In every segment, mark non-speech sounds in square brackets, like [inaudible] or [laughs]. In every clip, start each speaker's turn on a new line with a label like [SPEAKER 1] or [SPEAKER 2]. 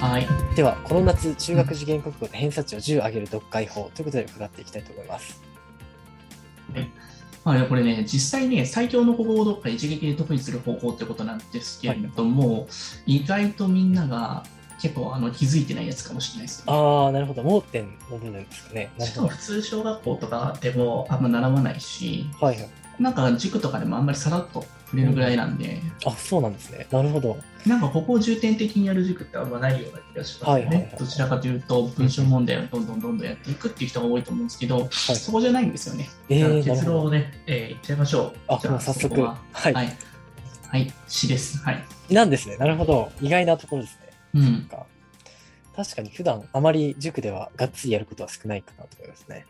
[SPEAKER 1] はい。
[SPEAKER 2] では、この夏、中学受験国語で偏差値を10上げる読解法ということで伺っていきたいと思います。
[SPEAKER 1] まあ、これね、実際ね、最強の国語をどっか一撃で得意する方法ってことなんですけれども、意外とみんなが結構あの気づいてないやつかもしれないですね。
[SPEAKER 2] ああ、なるほど。盲点の部分ですかね。なる
[SPEAKER 1] しか
[SPEAKER 2] ほ
[SPEAKER 1] も普通小学校とかでもあんま習わないし、
[SPEAKER 2] ど。はいはい。
[SPEAKER 1] なんか塾とかでもあんまりさらっと触れるぐらいなんで、
[SPEAKER 2] あ、そうなんですね。なるほど。
[SPEAKER 1] なんかここを重点的にやる塾ってあんまないような気がしますよね。
[SPEAKER 2] はいはいはい
[SPEAKER 1] どちらかというと、文章問題をどんどんどんどんやっていくっていう人が多いと思うんですけど、そこじゃないんですよね。
[SPEAKER 2] え
[SPEAKER 3] じゃあ
[SPEAKER 2] ー、なる
[SPEAKER 3] 結論
[SPEAKER 2] ほ
[SPEAKER 3] を
[SPEAKER 2] ど。
[SPEAKER 3] ね、えー言っちゃいましょう。
[SPEAKER 2] あ、
[SPEAKER 3] じゃ
[SPEAKER 2] もう早
[SPEAKER 3] そ
[SPEAKER 2] 速。
[SPEAKER 3] こは
[SPEAKER 2] はい、
[SPEAKER 1] はい。はい、詩です。はい。
[SPEAKER 2] なんですね。なるほど。意外なところですね。
[SPEAKER 1] うん。
[SPEAKER 2] か確かに普段あまり塾ではがっつりやることは少ないかなと思いますね。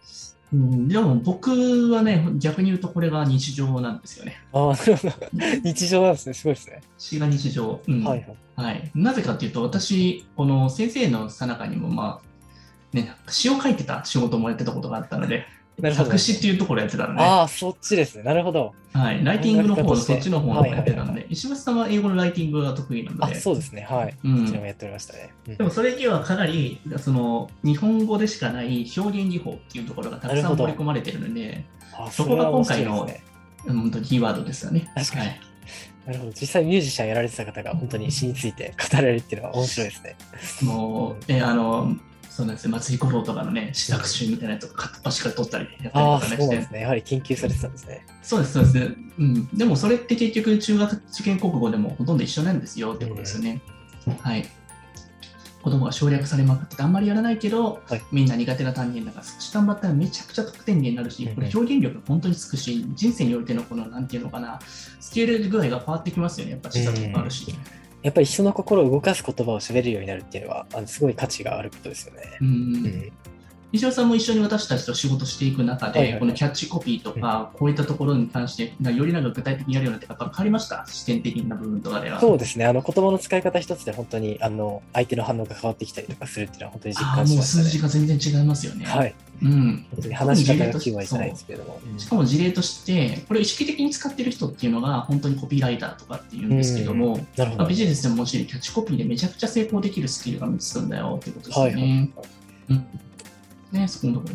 [SPEAKER 1] うんでも僕はね、逆に言うとこれが日常なんですよね。
[SPEAKER 2] ああ、なるほど。日常なんですね。すごいですね。
[SPEAKER 1] 詩が日常。うん
[SPEAKER 2] はいはい。
[SPEAKER 1] はい、なぜかというと、私、この先生のさなかにも、まあ、ね、詩を書いてた仕事もやってたことがあったので、
[SPEAKER 2] なるほど
[SPEAKER 1] 作。詞っていうところやってたので、
[SPEAKER 2] ああ、そっちですね。なるほど。
[SPEAKER 1] はい、ライティングの方の
[SPEAKER 2] 考え方として
[SPEAKER 1] そっちの方のやってた
[SPEAKER 2] はい
[SPEAKER 1] の
[SPEAKER 2] はい
[SPEAKER 1] で、石橋さんは英語のライティングが得意なの
[SPEAKER 2] あ
[SPEAKER 1] で、
[SPEAKER 2] そうですね。はい。
[SPEAKER 1] うん
[SPEAKER 2] こちらもやっておりましたね。うん
[SPEAKER 3] でもそれにはかなり、
[SPEAKER 1] その日本語でしかない表現技法っていうところがたく
[SPEAKER 2] なる
[SPEAKER 1] さん
[SPEAKER 2] ほど
[SPEAKER 1] 盛り込まれてるので、
[SPEAKER 2] あ
[SPEAKER 1] そこが今回の
[SPEAKER 2] それは面白いですね
[SPEAKER 1] うん本当にキーワードですよね。
[SPEAKER 2] 確かに
[SPEAKER 1] はい
[SPEAKER 2] なるほど。実際ミュージシャンやられてた方が本当に詩について語られるっていうのは面白いですね。
[SPEAKER 1] もう、えあの、そうなんですよ、松井小坊とかのね、試作集みたいなやつを片っ端から取ったりやったり
[SPEAKER 2] あ
[SPEAKER 1] と
[SPEAKER 2] あ、
[SPEAKER 1] かね
[SPEAKER 2] そ
[SPEAKER 1] し
[SPEAKER 2] うなん
[SPEAKER 1] て
[SPEAKER 2] です、ね。やはり研究されてたんですね。
[SPEAKER 1] そうです、そうです。うん。でもそれって結局、中学受験国語でもほとんど一緒なんですよってことですよね。はい。子供が省略されまくっててあんまりやらないけど、
[SPEAKER 2] はい
[SPEAKER 1] みんな苦手な単元だから少し頑張ったらめちゃくちゃ得点源になるし、これ表現力が本当につくし、人生においてのこの、なんていうのかな、スケール具合が変わってきますよね、やっぱ試作もあるし。
[SPEAKER 2] やっぱり人の心を動かす言葉を喋れるようになるっていうのは、あのすごい価値があることですよね。
[SPEAKER 1] うん
[SPEAKER 2] うん。
[SPEAKER 1] 石尾さんも一緒に私たちと仕事していく中で、
[SPEAKER 2] はいはいはい
[SPEAKER 1] このキャッチコピーとか、こういったところに関して、なよりなんか具体的にやるようになって、やっぱ変わりました、視点的な部分とかでは。
[SPEAKER 2] そうですね。あの言葉の使い方一つで本当にあの相手の反応が変わってきたりとかするっていうのは本当に実
[SPEAKER 1] ああ
[SPEAKER 2] 感
[SPEAKER 1] ー
[SPEAKER 2] し
[SPEAKER 1] もう
[SPEAKER 2] ま
[SPEAKER 1] 数
[SPEAKER 2] し
[SPEAKER 1] 字
[SPEAKER 2] たね。
[SPEAKER 1] が全然違いますよね。
[SPEAKER 2] はい。
[SPEAKER 1] うん、
[SPEAKER 2] 本当に話し方が9割じゃないですけれども。
[SPEAKER 1] しかも事例として、これを意識的に使ってる人っていうのが、本当にコピーライターとかっていうんですけども、
[SPEAKER 2] なるほ
[SPEAKER 1] まあ
[SPEAKER 2] ど。
[SPEAKER 1] ビジネスでももちろんキャッチコピーでめちゃくちゃ成功できるスキルが見つくんだよってことですよ
[SPEAKER 2] はい
[SPEAKER 1] ね。
[SPEAKER 2] はい。
[SPEAKER 1] うん、ねそこのところ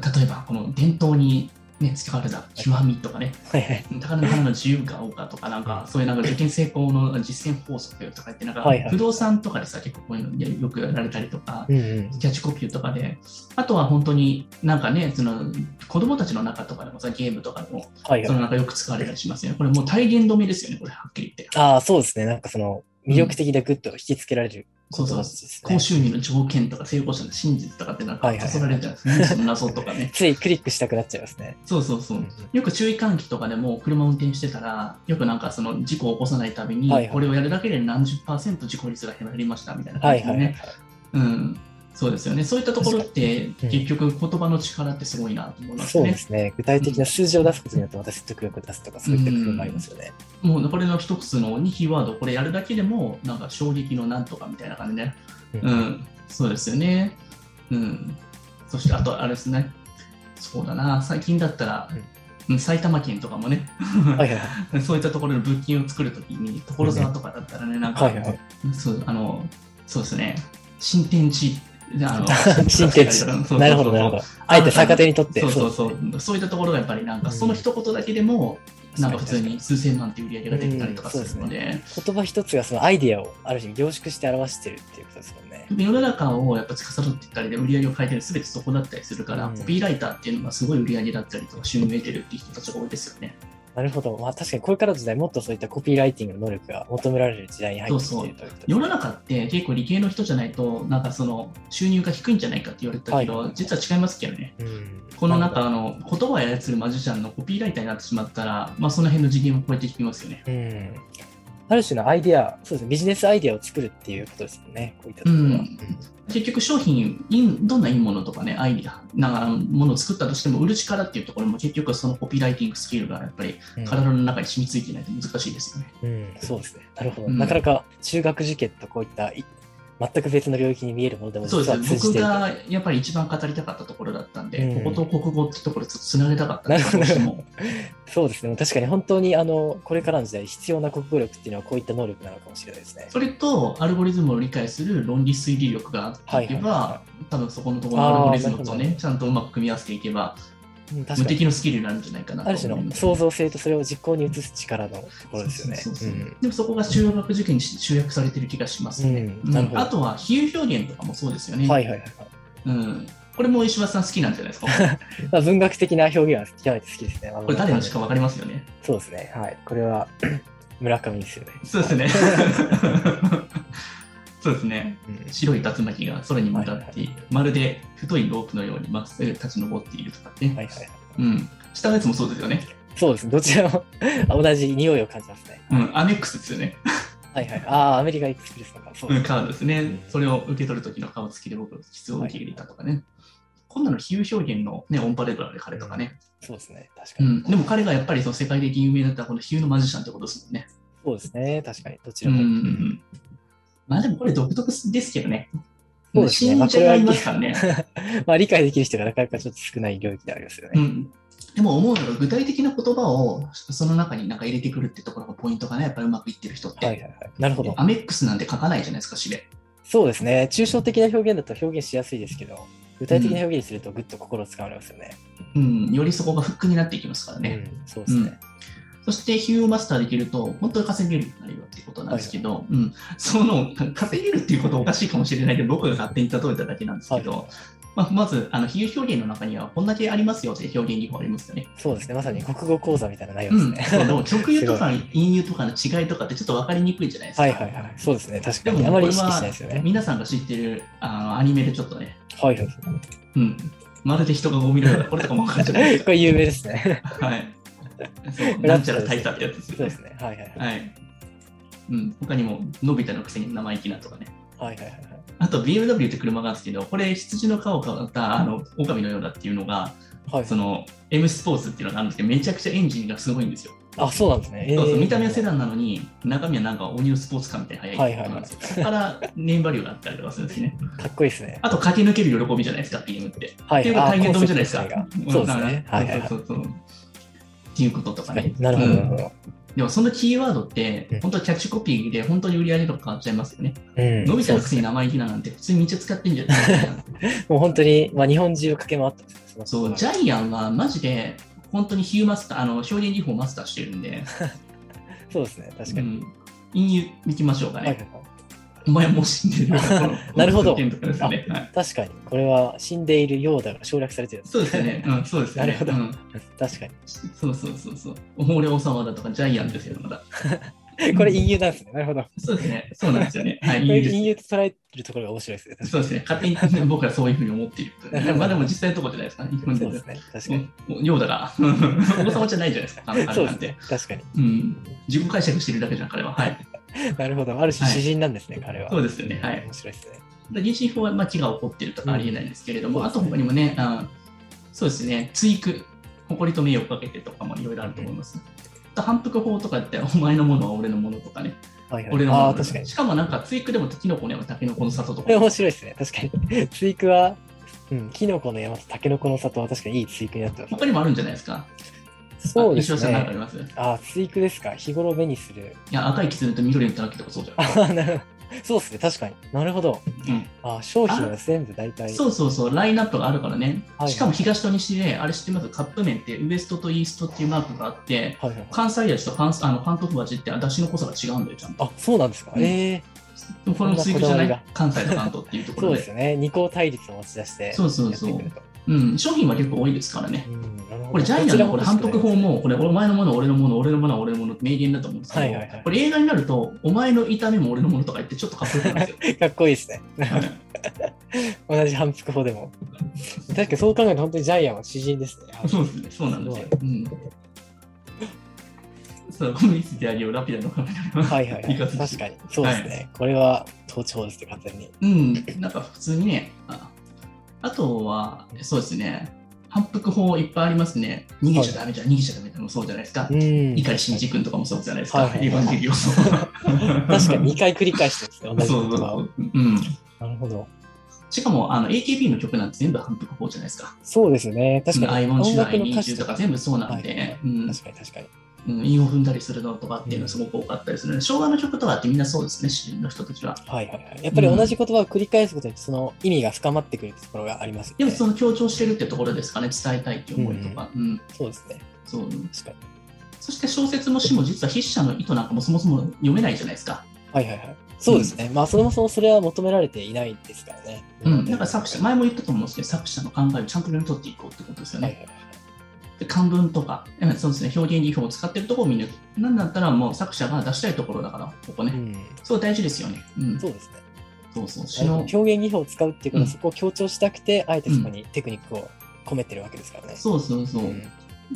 [SPEAKER 1] 例えば、この伝統に、ね、使われた極みとかね、
[SPEAKER 2] はいはい。
[SPEAKER 1] 高野の花の自由が丘とか、なんか、そういうなんか受験成功の実践法則とか言って、なんか
[SPEAKER 2] はいは、い
[SPEAKER 1] 不動産とかでさ、結構こういうのよくやられたりとか、
[SPEAKER 2] うんうん。
[SPEAKER 1] キャッチコピーとかで、あとは本当になんかね、その子供たちの中とかでもさ、ゲームとかでも、
[SPEAKER 2] はい
[SPEAKER 1] その
[SPEAKER 2] はい。
[SPEAKER 1] 中よく使われたりしますよね。これもう体言止めですよね、これ、はっきり言って。
[SPEAKER 2] ああ、そうですね。なんかその魅力的でグッと引きつけられる
[SPEAKER 1] そう
[SPEAKER 2] 言葉
[SPEAKER 1] そう
[SPEAKER 2] たちですね
[SPEAKER 1] 高。収入の条件とか成功者の真実とかってなんか
[SPEAKER 2] はいはいはい。
[SPEAKER 1] そそられるじゃないですか、ニュースの謎とかね
[SPEAKER 2] ついクリックしたくなっちゃいますね。
[SPEAKER 1] そうそうそう。よく注意喚起とかでも車を運転してたら、よくなんかその事故を起こさないために、
[SPEAKER 2] はいはい
[SPEAKER 1] これをやるだけで何十パーセント事故率が減りましたみたいな感
[SPEAKER 2] は
[SPEAKER 1] じ
[SPEAKER 2] い
[SPEAKER 1] で
[SPEAKER 2] は
[SPEAKER 1] ね、
[SPEAKER 2] いはい。
[SPEAKER 1] うん。そうですよね。そういったところって、
[SPEAKER 2] かに
[SPEAKER 1] 結局言葉の力ってすごいなと思います
[SPEAKER 2] そう
[SPEAKER 1] ね
[SPEAKER 2] で。すね。具体的な数字を出すことによってまた説得力を出すとか、そういった工夫がありますよね。
[SPEAKER 1] もうこれの一つのにキーワード、これやるだけでも、なんか衝撃のなんとかみたいな感じね。う
[SPEAKER 2] うん
[SPEAKER 1] ん、そうですよね。うん。そして、あと、あれですね。そうだな、最近だったら、うん埼玉県とかもね、
[SPEAKER 2] はいはいは
[SPEAKER 1] そういったところの物件を作るときに、所沢とかだったらね、なんか、
[SPEAKER 2] い。はいはい。
[SPEAKER 1] そう、あの、そうですね、新天地、あ
[SPEAKER 2] [laughs] 新天地
[SPEAKER 1] そうそうそう。
[SPEAKER 2] なるほど、なるほど。あえて逆手にとって。
[SPEAKER 1] そうそう
[SPEAKER 2] そ
[SPEAKER 1] そうう
[SPEAKER 2] で
[SPEAKER 1] そう、いったところがやっぱりなんか、その一言だけでも、
[SPEAKER 2] すね
[SPEAKER 1] なんか普通に数千万っていう売り上げができたりとかするので、
[SPEAKER 2] 言葉一つがそのアイディアをある種凝縮して表してるっていうことですもんね。
[SPEAKER 1] 世の中をやっぱ司っていったりで売り上げを変えてる全てそこだったりするから、
[SPEAKER 2] うん
[SPEAKER 1] コピーライターっていうのがすごい売り上げだったりとか収入を得てるっていう人たちが多いですよね。
[SPEAKER 2] なるほど。まあ確かにこれからの時代もっとそういったコピーライティングの能力が求められる時代に入ってきているということですね
[SPEAKER 1] 世の中って結構理系の人じゃないとなんかその収入が低いんじゃないかって言われてたけど、
[SPEAKER 2] はい
[SPEAKER 1] 実は違いますけどね。
[SPEAKER 2] うん
[SPEAKER 1] このなんかあの言葉を操るマジシャンのコピーライターになってしまったら、まあ、その辺の次元を超えていきますよね。
[SPEAKER 2] うん。ある種のアイディア、そうですね、ビジネスアイディアを作るっていうことですよね、こういったところは。
[SPEAKER 1] うん
[SPEAKER 2] うん
[SPEAKER 1] 結局商品いんどんないいものとかねアイデアなんかものを作ったとしても売る力っていうところも結局そのコピーライティングスキルがやっぱり体の中に染みついてないと難しいですよね。
[SPEAKER 2] うん、そうですね。なるほど。
[SPEAKER 1] うん
[SPEAKER 2] なかなか中学受験とこういったい全く別の領域に見えるものでも
[SPEAKER 1] そう
[SPEAKER 2] 実
[SPEAKER 1] で
[SPEAKER 2] は
[SPEAKER 1] すね
[SPEAKER 2] 通じ
[SPEAKER 1] 僕
[SPEAKER 2] てると。
[SPEAKER 1] がやっぱり一番語りたかったところだったんで、
[SPEAKER 2] うん
[SPEAKER 1] ここと国語ってところちょっとつなげたかったんです
[SPEAKER 2] なるほ
[SPEAKER 1] ど
[SPEAKER 2] ど
[SPEAKER 1] うしても
[SPEAKER 2] そうですね。確かに本当にあのこれからの時代必要な国語力っていうのはこういった能力なのかもしれないですね。
[SPEAKER 1] それとアルゴリズムを理解する論理推理力があっていけば、
[SPEAKER 2] はいはいは
[SPEAKER 1] 多分そこのところのアルゴリズム
[SPEAKER 2] あーな
[SPEAKER 1] と
[SPEAKER 2] るほ
[SPEAKER 1] ねちゃんとうまく組み合わせていけば
[SPEAKER 2] うん確
[SPEAKER 1] 無
[SPEAKER 2] かに。
[SPEAKER 1] 敵のスキルになるんじゃないかな
[SPEAKER 2] ある
[SPEAKER 1] と
[SPEAKER 2] 種
[SPEAKER 1] 思いま
[SPEAKER 2] の
[SPEAKER 1] す
[SPEAKER 2] 創造性とそれを実行に移す力のところですよね。
[SPEAKER 1] そうそうそう
[SPEAKER 2] うん
[SPEAKER 1] でもそこが中学受験に集約されてる気がしますね、
[SPEAKER 2] うんなるほど
[SPEAKER 1] あとは比喩表現とかもそうですよね、
[SPEAKER 2] はいはいはいはい。
[SPEAKER 1] うん、これも石橋さん好きなんじゃない
[SPEAKER 2] [laughs]
[SPEAKER 1] ですか
[SPEAKER 2] まあ、文学的な表現は極めて好きですね。
[SPEAKER 1] これ誰の詩か分かりますよね
[SPEAKER 2] そうですね。はい。これは [clears throat] 村上ですよね。
[SPEAKER 1] そうですね [laughs] そうですね
[SPEAKER 2] うん
[SPEAKER 1] 白い竜巻が空に向かって、
[SPEAKER 2] はいはい
[SPEAKER 1] まるで太いロープのようにまっすぐ立ち上っているとかね、
[SPEAKER 2] はいはい。
[SPEAKER 1] うん、下のやつもそうですよね、
[SPEAKER 2] そうですね。どちらも同じ匂いを感じますね。
[SPEAKER 1] うん、アネックスですよね、
[SPEAKER 2] はいはい。ああ、アメリカエクスプレスとか。そう
[SPEAKER 1] う
[SPEAKER 2] で
[SPEAKER 1] ん、
[SPEAKER 2] す
[SPEAKER 1] カードです
[SPEAKER 2] う
[SPEAKER 1] ね
[SPEAKER 2] ん
[SPEAKER 1] それを受け取る時の顔つきで僕の質を受け入れたとかね、こんなの比喩表現の、ね、オンパレードなんで彼とかね、
[SPEAKER 2] そうですね。確か
[SPEAKER 1] う
[SPEAKER 2] に。
[SPEAKER 1] ん、でも彼がやっぱりその世界的に有名だったこの比喩のマジシャンってことですもんね、
[SPEAKER 2] そうですね。確かに。どち
[SPEAKER 1] う
[SPEAKER 2] ら
[SPEAKER 1] んう
[SPEAKER 2] も。
[SPEAKER 1] んうん、まあでもこれ独特ですけどね
[SPEAKER 2] そうですね。
[SPEAKER 1] 信者がいますからね、
[SPEAKER 2] ね。 [laughs] まあ、理解できる人がなかなかちょっと少ない領域ではありますよ
[SPEAKER 1] う
[SPEAKER 2] ね。
[SPEAKER 1] ん、でも思うのが具体的な言葉をその中になんか入れてくるってところがポイントがねやっぱりうまくいってる人って、
[SPEAKER 2] はいはいはい。なるほど。
[SPEAKER 1] アメックスなんて書かないじゃないですか詩で
[SPEAKER 2] そうですね。抽象的な表現だと表現しやすいですけど、具体的な表現にするとぐっと心をつかまれますよね。
[SPEAKER 1] うん、よりそこがフックになっていきますからね、
[SPEAKER 2] うん、そうですね。
[SPEAKER 1] そしてヒューマスターできると本当に稼げるようになるよってことなんですけど、うん、その稼げるっていうことはおかしいかもしれないけど僕が勝手に例えただけなんですけど、
[SPEAKER 2] はい
[SPEAKER 1] まあ、まずあの比喩表現の中にはこんだけありますよって表現技法あります
[SPEAKER 2] [laughs]
[SPEAKER 1] よね。
[SPEAKER 2] そうですね。まさに国語講座みたいな内容
[SPEAKER 1] う
[SPEAKER 2] です
[SPEAKER 1] ん、
[SPEAKER 2] ね。
[SPEAKER 1] そうでも極有と
[SPEAKER 2] すご
[SPEAKER 1] か隠有とかの違いとかってちょっと分かりにくいじゃないですか。
[SPEAKER 2] [laughs] はいはいはい。そうですね。確
[SPEAKER 1] で
[SPEAKER 2] か
[SPEAKER 1] も
[SPEAKER 2] に。あ
[SPEAKER 1] こ
[SPEAKER 2] まり
[SPEAKER 1] れ
[SPEAKER 2] 意識しないですよ
[SPEAKER 1] は
[SPEAKER 2] ね。
[SPEAKER 1] 皆さんが知ってるあのアニメでちょっとね、
[SPEAKER 2] はいはい。
[SPEAKER 1] うん、まるで人がゴミのようだこれとかも分かっちゃうんです
[SPEAKER 2] これ有名ですね。 [laughs]
[SPEAKER 1] はい。そう、なんちゃら大佐ってやつです
[SPEAKER 2] そう
[SPEAKER 1] よね
[SPEAKER 2] です。ね。はいはいはい。
[SPEAKER 1] はい。うん、他にも、のび太のくせに生意気なとかね。
[SPEAKER 2] はいはいはい。
[SPEAKER 1] あと、BMW って車があるんですけど、これ、羊の顔をかった、あの、狼のようだっていうのが、
[SPEAKER 2] はい、
[SPEAKER 1] その、M スポーツっていうのがあるんですけど、めちゃくちゃエンジンがすごいんですよ。
[SPEAKER 2] あ、そうなんですね。えー
[SPEAKER 1] そうそう見た目はセダンなのに、中身はなんかオニオスポーツカーみたいな速いことなんですよ。そこから、ネームバリューがあったりとかするんですね。
[SPEAKER 2] かっこいいですね。
[SPEAKER 1] あと、駆け抜ける喜びじゃないですか、ゲームって。
[SPEAKER 2] は
[SPEAKER 1] って
[SPEAKER 2] い。
[SPEAKER 1] いうか、
[SPEAKER 2] あ
[SPEAKER 1] 体験止めじゃないです
[SPEAKER 2] コンセ
[SPEAKER 1] か
[SPEAKER 2] プ。ト自体がそうですね。
[SPEAKER 1] うん
[SPEAKER 2] はいはいはい
[SPEAKER 1] そうそうそうそう。っていうこととか
[SPEAKER 2] は
[SPEAKER 1] ね
[SPEAKER 2] い。。なるほど、
[SPEAKER 1] うん
[SPEAKER 2] なるほど。
[SPEAKER 1] でもそのキーワードって
[SPEAKER 2] うん、
[SPEAKER 1] 本当キャッチコピーで本当に売り上げとか変わっちゃいますよね。
[SPEAKER 2] うん。
[SPEAKER 1] 伸びた
[SPEAKER 2] そう
[SPEAKER 1] の
[SPEAKER 2] で
[SPEAKER 1] く
[SPEAKER 2] す
[SPEAKER 1] せに
[SPEAKER 2] ね
[SPEAKER 1] 生意気ななんて普通にめっちゃ使
[SPEAKER 2] [laughs]
[SPEAKER 1] ってんじゃないですか。
[SPEAKER 2] もう本当に、まあ、日本中駆け回ったんですね。
[SPEAKER 1] そう、ジ
[SPEAKER 2] ゃ
[SPEAKER 1] ャイアンはマジで本当にヒューマスター、あの表現技法をマスターしてるんで、
[SPEAKER 2] そうですね。確か
[SPEAKER 1] う
[SPEAKER 2] に。
[SPEAKER 1] ん、陰湯行きましょうか
[SPEAKER 2] はいはいは
[SPEAKER 1] ね。
[SPEAKER 2] い
[SPEAKER 1] お前もう死んでるよ
[SPEAKER 2] [laughs] なるほど
[SPEAKER 1] この件とかですよねはい
[SPEAKER 2] 確かに、これは死んでいるようだが省略されてるんです
[SPEAKER 1] そうですよ
[SPEAKER 2] [laughs]
[SPEAKER 1] ね。うん、そうですよね。
[SPEAKER 2] なるほど
[SPEAKER 1] うん
[SPEAKER 2] 確かに。
[SPEAKER 1] そうそうそうそう。俺王様だとかジャイアンですよ、まだ。
[SPEAKER 2] これ、EU なんですね。なるほど。こ
[SPEAKER 1] そうですね。そうなんですよね。
[SPEAKER 2] [laughs]
[SPEAKER 1] はい、陰
[SPEAKER 2] れ、
[SPEAKER 1] 湯です。
[SPEAKER 2] EU と捉えてるところが面白いですね。確か
[SPEAKER 1] そうですね。勝手に僕はそういうふうに思っている。
[SPEAKER 2] [laughs]
[SPEAKER 1] まあでも実際のところじゃないですかね。
[SPEAKER 2] に。そうですね。確かに。
[SPEAKER 1] ようだが、 [laughs] 王様じゃないじゃないですか、あの
[SPEAKER 2] そ
[SPEAKER 1] 彼な
[SPEAKER 2] うで
[SPEAKER 1] ん
[SPEAKER 2] すね
[SPEAKER 1] て。。
[SPEAKER 2] 確かに。
[SPEAKER 1] うん、自己解釈してるだけじゃん、彼は。はい。
[SPEAKER 2] なるほど。ある種、
[SPEAKER 1] はい
[SPEAKER 2] 詩人なんですね、彼は。
[SPEAKER 1] そうですよねはい
[SPEAKER 2] 面白いですね。
[SPEAKER 1] で妊娠法は、まあ、気が起こってるとかありえないんですけれども、
[SPEAKER 2] うん
[SPEAKER 1] あと他にもね、あそうですね、追句、誇りと名誉をかけてとかもいろいろあると思います。あと反復法とかって、お前のものは俺のものとかね、
[SPEAKER 2] はいはい、
[SPEAKER 1] 俺のもの
[SPEAKER 2] ああ
[SPEAKER 1] と
[SPEAKER 2] ー、確かに。
[SPEAKER 1] しかもなんか、追句でもキノコの山、タケノコの里と
[SPEAKER 2] これ
[SPEAKER 1] か、
[SPEAKER 2] 面白いですね。確かに。 [laughs] 追句は、うん、キノコの山とタケノコの里は確かにいい追句になってま
[SPEAKER 1] 他にもあるんじゃないですか。
[SPEAKER 2] す。そうで
[SPEAKER 1] あ
[SPEAKER 2] す
[SPEAKER 1] 石橋さんなんかあ
[SPEAKER 2] ね
[SPEAKER 1] り。ますい
[SPEAKER 2] ああ、追句ですか。日頃目にする。 [laughs]
[SPEAKER 1] や、赤いキツネと緑のタヌキとかそうじゃ
[SPEAKER 2] あ
[SPEAKER 1] ん。
[SPEAKER 2] ーなるほど。そうですね。確かに。なるほど。
[SPEAKER 1] うん
[SPEAKER 2] あー商品は全部大体。
[SPEAKER 1] そうそうそう、ラインナップがあるからね、
[SPEAKER 2] はい
[SPEAKER 1] しかも東と西で、あれ知ってますカップ麺ってウエストとイーストっていうマークがあって、
[SPEAKER 2] はいはいはい。
[SPEAKER 1] 関西味と関あの関東味って、出汁の濃さが違うんだよ、ちゃんと。
[SPEAKER 2] あ、そうなんですか。
[SPEAKER 1] うん
[SPEAKER 2] ええ
[SPEAKER 1] でもこれも追求じゃ
[SPEAKER 2] そんなこだわり
[SPEAKER 1] な
[SPEAKER 2] が
[SPEAKER 1] い関西と関東っていうとこ
[SPEAKER 2] そ
[SPEAKER 1] ろ
[SPEAKER 2] う
[SPEAKER 1] で。
[SPEAKER 2] ですよね。二項対立を持ち出して。
[SPEAKER 1] そうそうそう
[SPEAKER 2] やっていくと
[SPEAKER 1] うん、商品は結構多いですからね。
[SPEAKER 2] うんなるほど
[SPEAKER 1] これジャイアンのこれ反復法。
[SPEAKER 2] どちら
[SPEAKER 1] も、これお前のもの、俺のもの、俺のものは俺のものって名言だと思うんですけど、
[SPEAKER 2] はいはいはい
[SPEAKER 1] これ映画になると、お前の痛みも俺のものとか言ってちょっとかっこよく
[SPEAKER 2] [laughs]
[SPEAKER 1] なるんですよ。
[SPEAKER 2] もかっこいいですね。
[SPEAKER 1] はい
[SPEAKER 2] [laughs] 同じ反復法でも。確かにそう考えると本当にジャイアンは詩人ですね。
[SPEAKER 1] [laughs] そうですね、そうなんですよ。うん。そう、見せてあげよう、ラピュタのカメラ。
[SPEAKER 2] はいはい、は
[SPEAKER 1] [laughs]
[SPEAKER 2] い。
[SPEAKER 1] いか
[SPEAKER 2] 確
[SPEAKER 1] ず
[SPEAKER 2] かに。そうですね。これは統治法ですね、完全に。
[SPEAKER 1] うん、なんか普通にね、ああとは、そうですね、反復法いっぱいありますね。逃げちゃダメじゃん、逃げちゃダメだもそうじゃないですか。
[SPEAKER 2] うん。
[SPEAKER 1] 碇慎二君とかもそうじゃないです
[SPEAKER 2] は
[SPEAKER 1] か
[SPEAKER 2] い。はい
[SPEAKER 1] エヴァンゲリオンの
[SPEAKER 2] 確かに2回繰り返してるんですね、同じ
[SPEAKER 1] そうそ
[SPEAKER 2] こ
[SPEAKER 1] う
[SPEAKER 2] と
[SPEAKER 1] そ
[SPEAKER 2] は。
[SPEAKER 1] う。うん。
[SPEAKER 2] なるほど。
[SPEAKER 1] しかも、あの、AKB の曲なんて全部反復法じゃないですか。
[SPEAKER 2] そうですね。確
[SPEAKER 1] ア
[SPEAKER 2] か
[SPEAKER 1] イ
[SPEAKER 2] に。
[SPEAKER 1] ボン主題、
[SPEAKER 2] の
[SPEAKER 1] 二重とか全部そうなん
[SPEAKER 2] はい
[SPEAKER 1] で、うん
[SPEAKER 2] 確かに確かに。
[SPEAKER 1] うん、韻を踏んだりするのとかっていうのすごく多かったりするので、昭和の曲とかってみんなそうですね、詩人の人たちは。
[SPEAKER 2] はいはいはい。やっぱり同じ言葉を繰り返すことにその意味が深まってくるってところがありますよ
[SPEAKER 1] でも
[SPEAKER 2] ね。
[SPEAKER 1] その強調してるってところですかね、伝えたいっていう思いとか。うん
[SPEAKER 2] そうですね。
[SPEAKER 1] そう
[SPEAKER 2] 確かに。
[SPEAKER 1] そして小説も詩も実は筆者の意図なんかもそもそも読めないじゃないですか。
[SPEAKER 2] はいはいはい。そうですね。まあ、それもそもそれは求められていないですからね。
[SPEAKER 1] うん、だから作者、前も言ったと思うんですけど、作者の考えをちゃんと読み取っていこうってことですよ
[SPEAKER 2] は
[SPEAKER 1] ね。
[SPEAKER 2] いはいはい。
[SPEAKER 1] で漢文とか、うんそうですね、表現技法を使ってるところを見る。なんだったらもう作者が出したいところだから、ここね。
[SPEAKER 2] うん。
[SPEAKER 1] そう大事ですよね。うん、そ
[SPEAKER 2] そううです
[SPEAKER 1] そ
[SPEAKER 2] ね。
[SPEAKER 1] う。詩の
[SPEAKER 2] 表現技法を使うっていうこと
[SPEAKER 1] う
[SPEAKER 2] は、
[SPEAKER 1] ん
[SPEAKER 2] そこを強調したくて、あえてそこにテクニックを込めてるわけですからね。
[SPEAKER 1] そうそうそう。
[SPEAKER 2] ん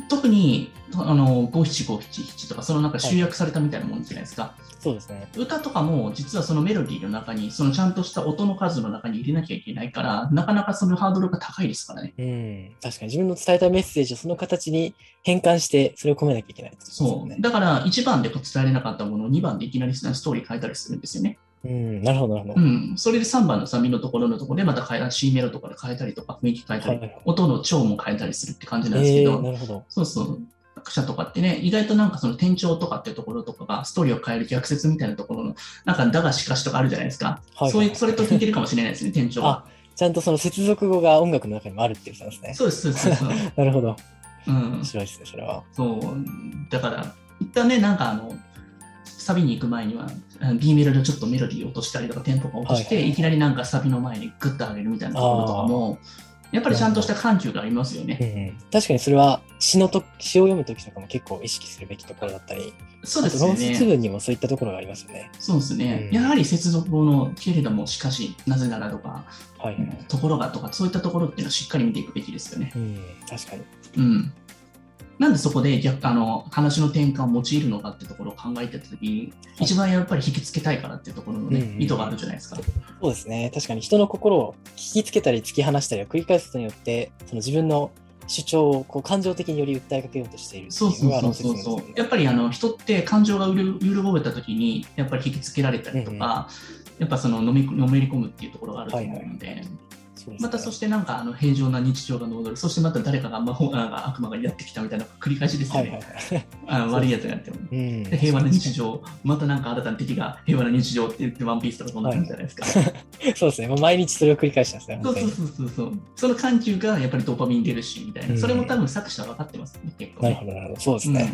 [SPEAKER 1] 特にあの五七五七七とか、そのなんか集約されたみたいなもんじゃないですか。
[SPEAKER 2] そうですね。
[SPEAKER 1] 歌とかも実はそのメロディーの中にそのちゃんとした音の数の中に入れなきゃいけないからなかなかそのハードルが高いですからね
[SPEAKER 2] うん。確かに自分の伝えたいメッセージをその形に変換して、それを込めなきゃいけないってことです
[SPEAKER 1] そ
[SPEAKER 2] よ
[SPEAKER 1] う、
[SPEAKER 2] ね。
[SPEAKER 1] だから1番で伝えれなかったものを2番でいきなりストーリー変えたりするんですよね
[SPEAKER 2] うん。なるほど、なるほど
[SPEAKER 1] う。んそれで3番のサビのところのところでまた変え C メロとかで変えたりとか雰囲気変えたり、
[SPEAKER 2] はいはい
[SPEAKER 1] 音の調も変えたりするって感じなんですけ
[SPEAKER 2] え
[SPEAKER 1] ど、
[SPEAKER 2] ー、なるほど。
[SPEAKER 1] そうそう作者とかってね意外となんかその転調とかってところとかがストーリーを変える逆説みたいなところのなんかだがしかしとかあるじゃないですか、
[SPEAKER 2] はいはい
[SPEAKER 1] そういうそれと似てるかもしれないですね転調は
[SPEAKER 2] あちゃんとその接続語が音楽の中にもあるっていうことなんですね。
[SPEAKER 1] そうですそうですそうです
[SPEAKER 2] なるほど。 [laughs]
[SPEAKER 1] うん
[SPEAKER 2] 面、白いですね、それは。
[SPEAKER 1] そうだから一旦ねなんかあのサビに行く前にはあの B メロでちょっとメロディーを落としたりとかテンポが落として、
[SPEAKER 2] はいいはい
[SPEAKER 1] きなりなんかサビの前にグッと上げるみたいなところとかもやっぱりちゃんとした緩急がありますよ
[SPEAKER 2] う
[SPEAKER 1] ね。
[SPEAKER 2] ん、確かにそれは詩のと詩を読むときとかも結構意識するべきところだったり、
[SPEAKER 1] そうで
[SPEAKER 2] あと
[SPEAKER 1] すよ
[SPEAKER 2] 論説
[SPEAKER 1] ね。
[SPEAKER 2] 文にもそういったところがありますよね。
[SPEAKER 1] そうですね、
[SPEAKER 2] うん
[SPEAKER 1] やはり接続語のけれどもしかしなぜならとか、
[SPEAKER 2] はい、
[SPEAKER 1] うんところがとかそういったところっていうのはしっかり見ていくべきですよね。
[SPEAKER 2] うん。確かに。
[SPEAKER 1] うん、なんでそこで逆あの話の転換を用いるのかってところを考えてた時に一番やっぱり引きつけたいからっていうところの、ね
[SPEAKER 2] うんうん
[SPEAKER 1] 意図があるじゃないですか。
[SPEAKER 2] そうですね。確かに人の心を聞きつけたり突き放したりを繰り返すことによって、その自分の主張をこう感情的により訴えかけようとしているって
[SPEAKER 1] そう
[SPEAKER 2] いう
[SPEAKER 1] そう
[SPEAKER 2] の
[SPEAKER 1] そ
[SPEAKER 2] が
[SPEAKER 1] う
[SPEAKER 2] 論説
[SPEAKER 1] そ
[SPEAKER 2] 文
[SPEAKER 1] う
[SPEAKER 2] です
[SPEAKER 1] そ
[SPEAKER 2] よ
[SPEAKER 1] う
[SPEAKER 2] ね。
[SPEAKER 1] やっぱりあの人って感情が揺る揺るぼれた時にやっぱり引きつけられたりとか、やっぱそののめのめり込むっていうところがあると思うので、
[SPEAKER 2] そうですね
[SPEAKER 1] またそしてなんかあの平常な日常が戻るそしてまた誰かが魔法なんか悪魔がやってきたみたいな繰り返しですよ
[SPEAKER 2] はい
[SPEAKER 1] ね、
[SPEAKER 2] はいはい。
[SPEAKER 1] あの悪いやつがやっても。
[SPEAKER 2] うん
[SPEAKER 1] で平和な日常、またなんか新たな敵が平和な日常って言って、ワンピースとかそんな感じじゃないですか。
[SPEAKER 2] そうですね。もう毎日それを繰り返してますね。
[SPEAKER 1] そうそ
[SPEAKER 2] 本当
[SPEAKER 1] う
[SPEAKER 2] に
[SPEAKER 1] そうそうそう。その緩急がやっぱりドーパミン出るしみたいな、
[SPEAKER 2] うん
[SPEAKER 1] それも多分作者は分かってますよね、結構
[SPEAKER 2] な
[SPEAKER 1] ね、
[SPEAKER 2] るほど、なるほど。そうです
[SPEAKER 1] うん
[SPEAKER 2] ね。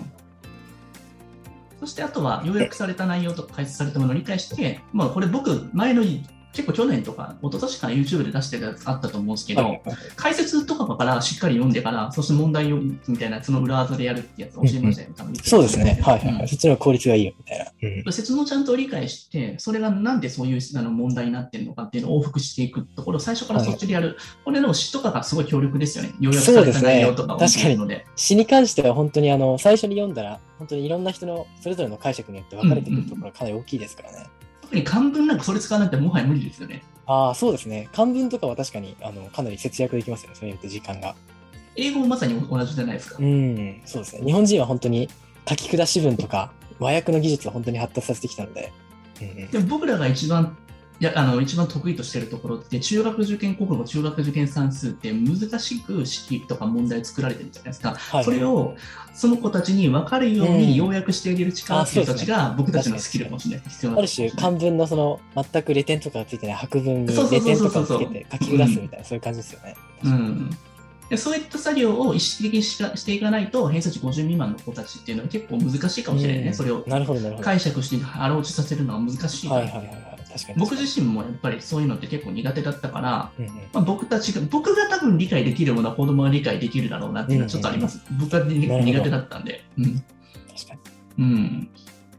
[SPEAKER 1] そしてあとは、要約された内容とか解説されたものを理解して、まあ、これ僕、前のに結構去年とか、一昨年から YouTube で出してたやつあったと思うんですけど、
[SPEAKER 2] はいはい
[SPEAKER 1] 解説とかからしっかり読んでから、そして問題をみたいな、その裏技でやるってやつ教えましたよね、多分
[SPEAKER 2] そうですね。はいはい、
[SPEAKER 1] う
[SPEAKER 2] は
[SPEAKER 1] ん
[SPEAKER 2] い。そっちの方が効率がいいよみたいな。うん
[SPEAKER 1] 説明をちゃんと理解して、それがなんでそういうあの問題になってるのかっていうのを往復していくところ、最初からそっちでやる、これの詩とかがすごい強力ですよね、要約さ
[SPEAKER 2] そ
[SPEAKER 1] れ
[SPEAKER 2] うで
[SPEAKER 1] た
[SPEAKER 2] すね
[SPEAKER 1] 内容とかを見てるので。
[SPEAKER 2] 詩に関しては本当にあの最初に読んだら本当にいろんな人のそれぞれの解釈によって分かれてくるところがかなり大きいですからね。
[SPEAKER 1] 特に漢文なんかそれ使わないってもはや無理ですよね。
[SPEAKER 2] ああそうですね。漢文とかは確かにあのかなり節約できますよね。それによって時間が。
[SPEAKER 1] 英語もまさに同じじゃないですか
[SPEAKER 2] う。んそうですね。日本人は本当に書き下し文とか和訳の技術を本当に発達させてきたので。うんうん
[SPEAKER 1] でも僕らが一番いやあの一番得意としてるところって中学受験国語中学受験算数って難しく式とか問題作られてるじゃないですか、
[SPEAKER 2] はい、
[SPEAKER 1] それをその子たちに分かるように
[SPEAKER 2] うん
[SPEAKER 1] 要約してあげる力っていう人たちが僕たちのスキルかもしれない必要な
[SPEAKER 2] ある種漢文のその全くレ点とかがついてない白文に
[SPEAKER 1] そうそう
[SPEAKER 2] レ
[SPEAKER 1] そう
[SPEAKER 2] 点
[SPEAKER 1] そう
[SPEAKER 2] と
[SPEAKER 1] そ
[SPEAKER 2] か
[SPEAKER 1] う
[SPEAKER 2] をつけて書き下すみたいな、そういう感じですよね。
[SPEAKER 1] うんでそういった作業を意識的にしかしていかないと偏差値50未満の子たちっていうのは結構難しいかもしれないね、
[SPEAKER 2] うん
[SPEAKER 1] それを
[SPEAKER 2] なるほどなるほど。
[SPEAKER 1] 解釈して腹落ちさせるのは難しいから
[SPEAKER 2] はいはいはいはい。確かに。
[SPEAKER 1] 僕自身もやっぱりそういうのって結構苦手だったから、
[SPEAKER 2] 身、うんうん
[SPEAKER 1] まあ、僕たちが僕が多分理解できるものは子供は理解できるだろうなっていうのはちょっとあります、僕は
[SPEAKER 2] なるほど
[SPEAKER 1] 苦手だったんで、うん
[SPEAKER 2] 確かに。
[SPEAKER 1] うん、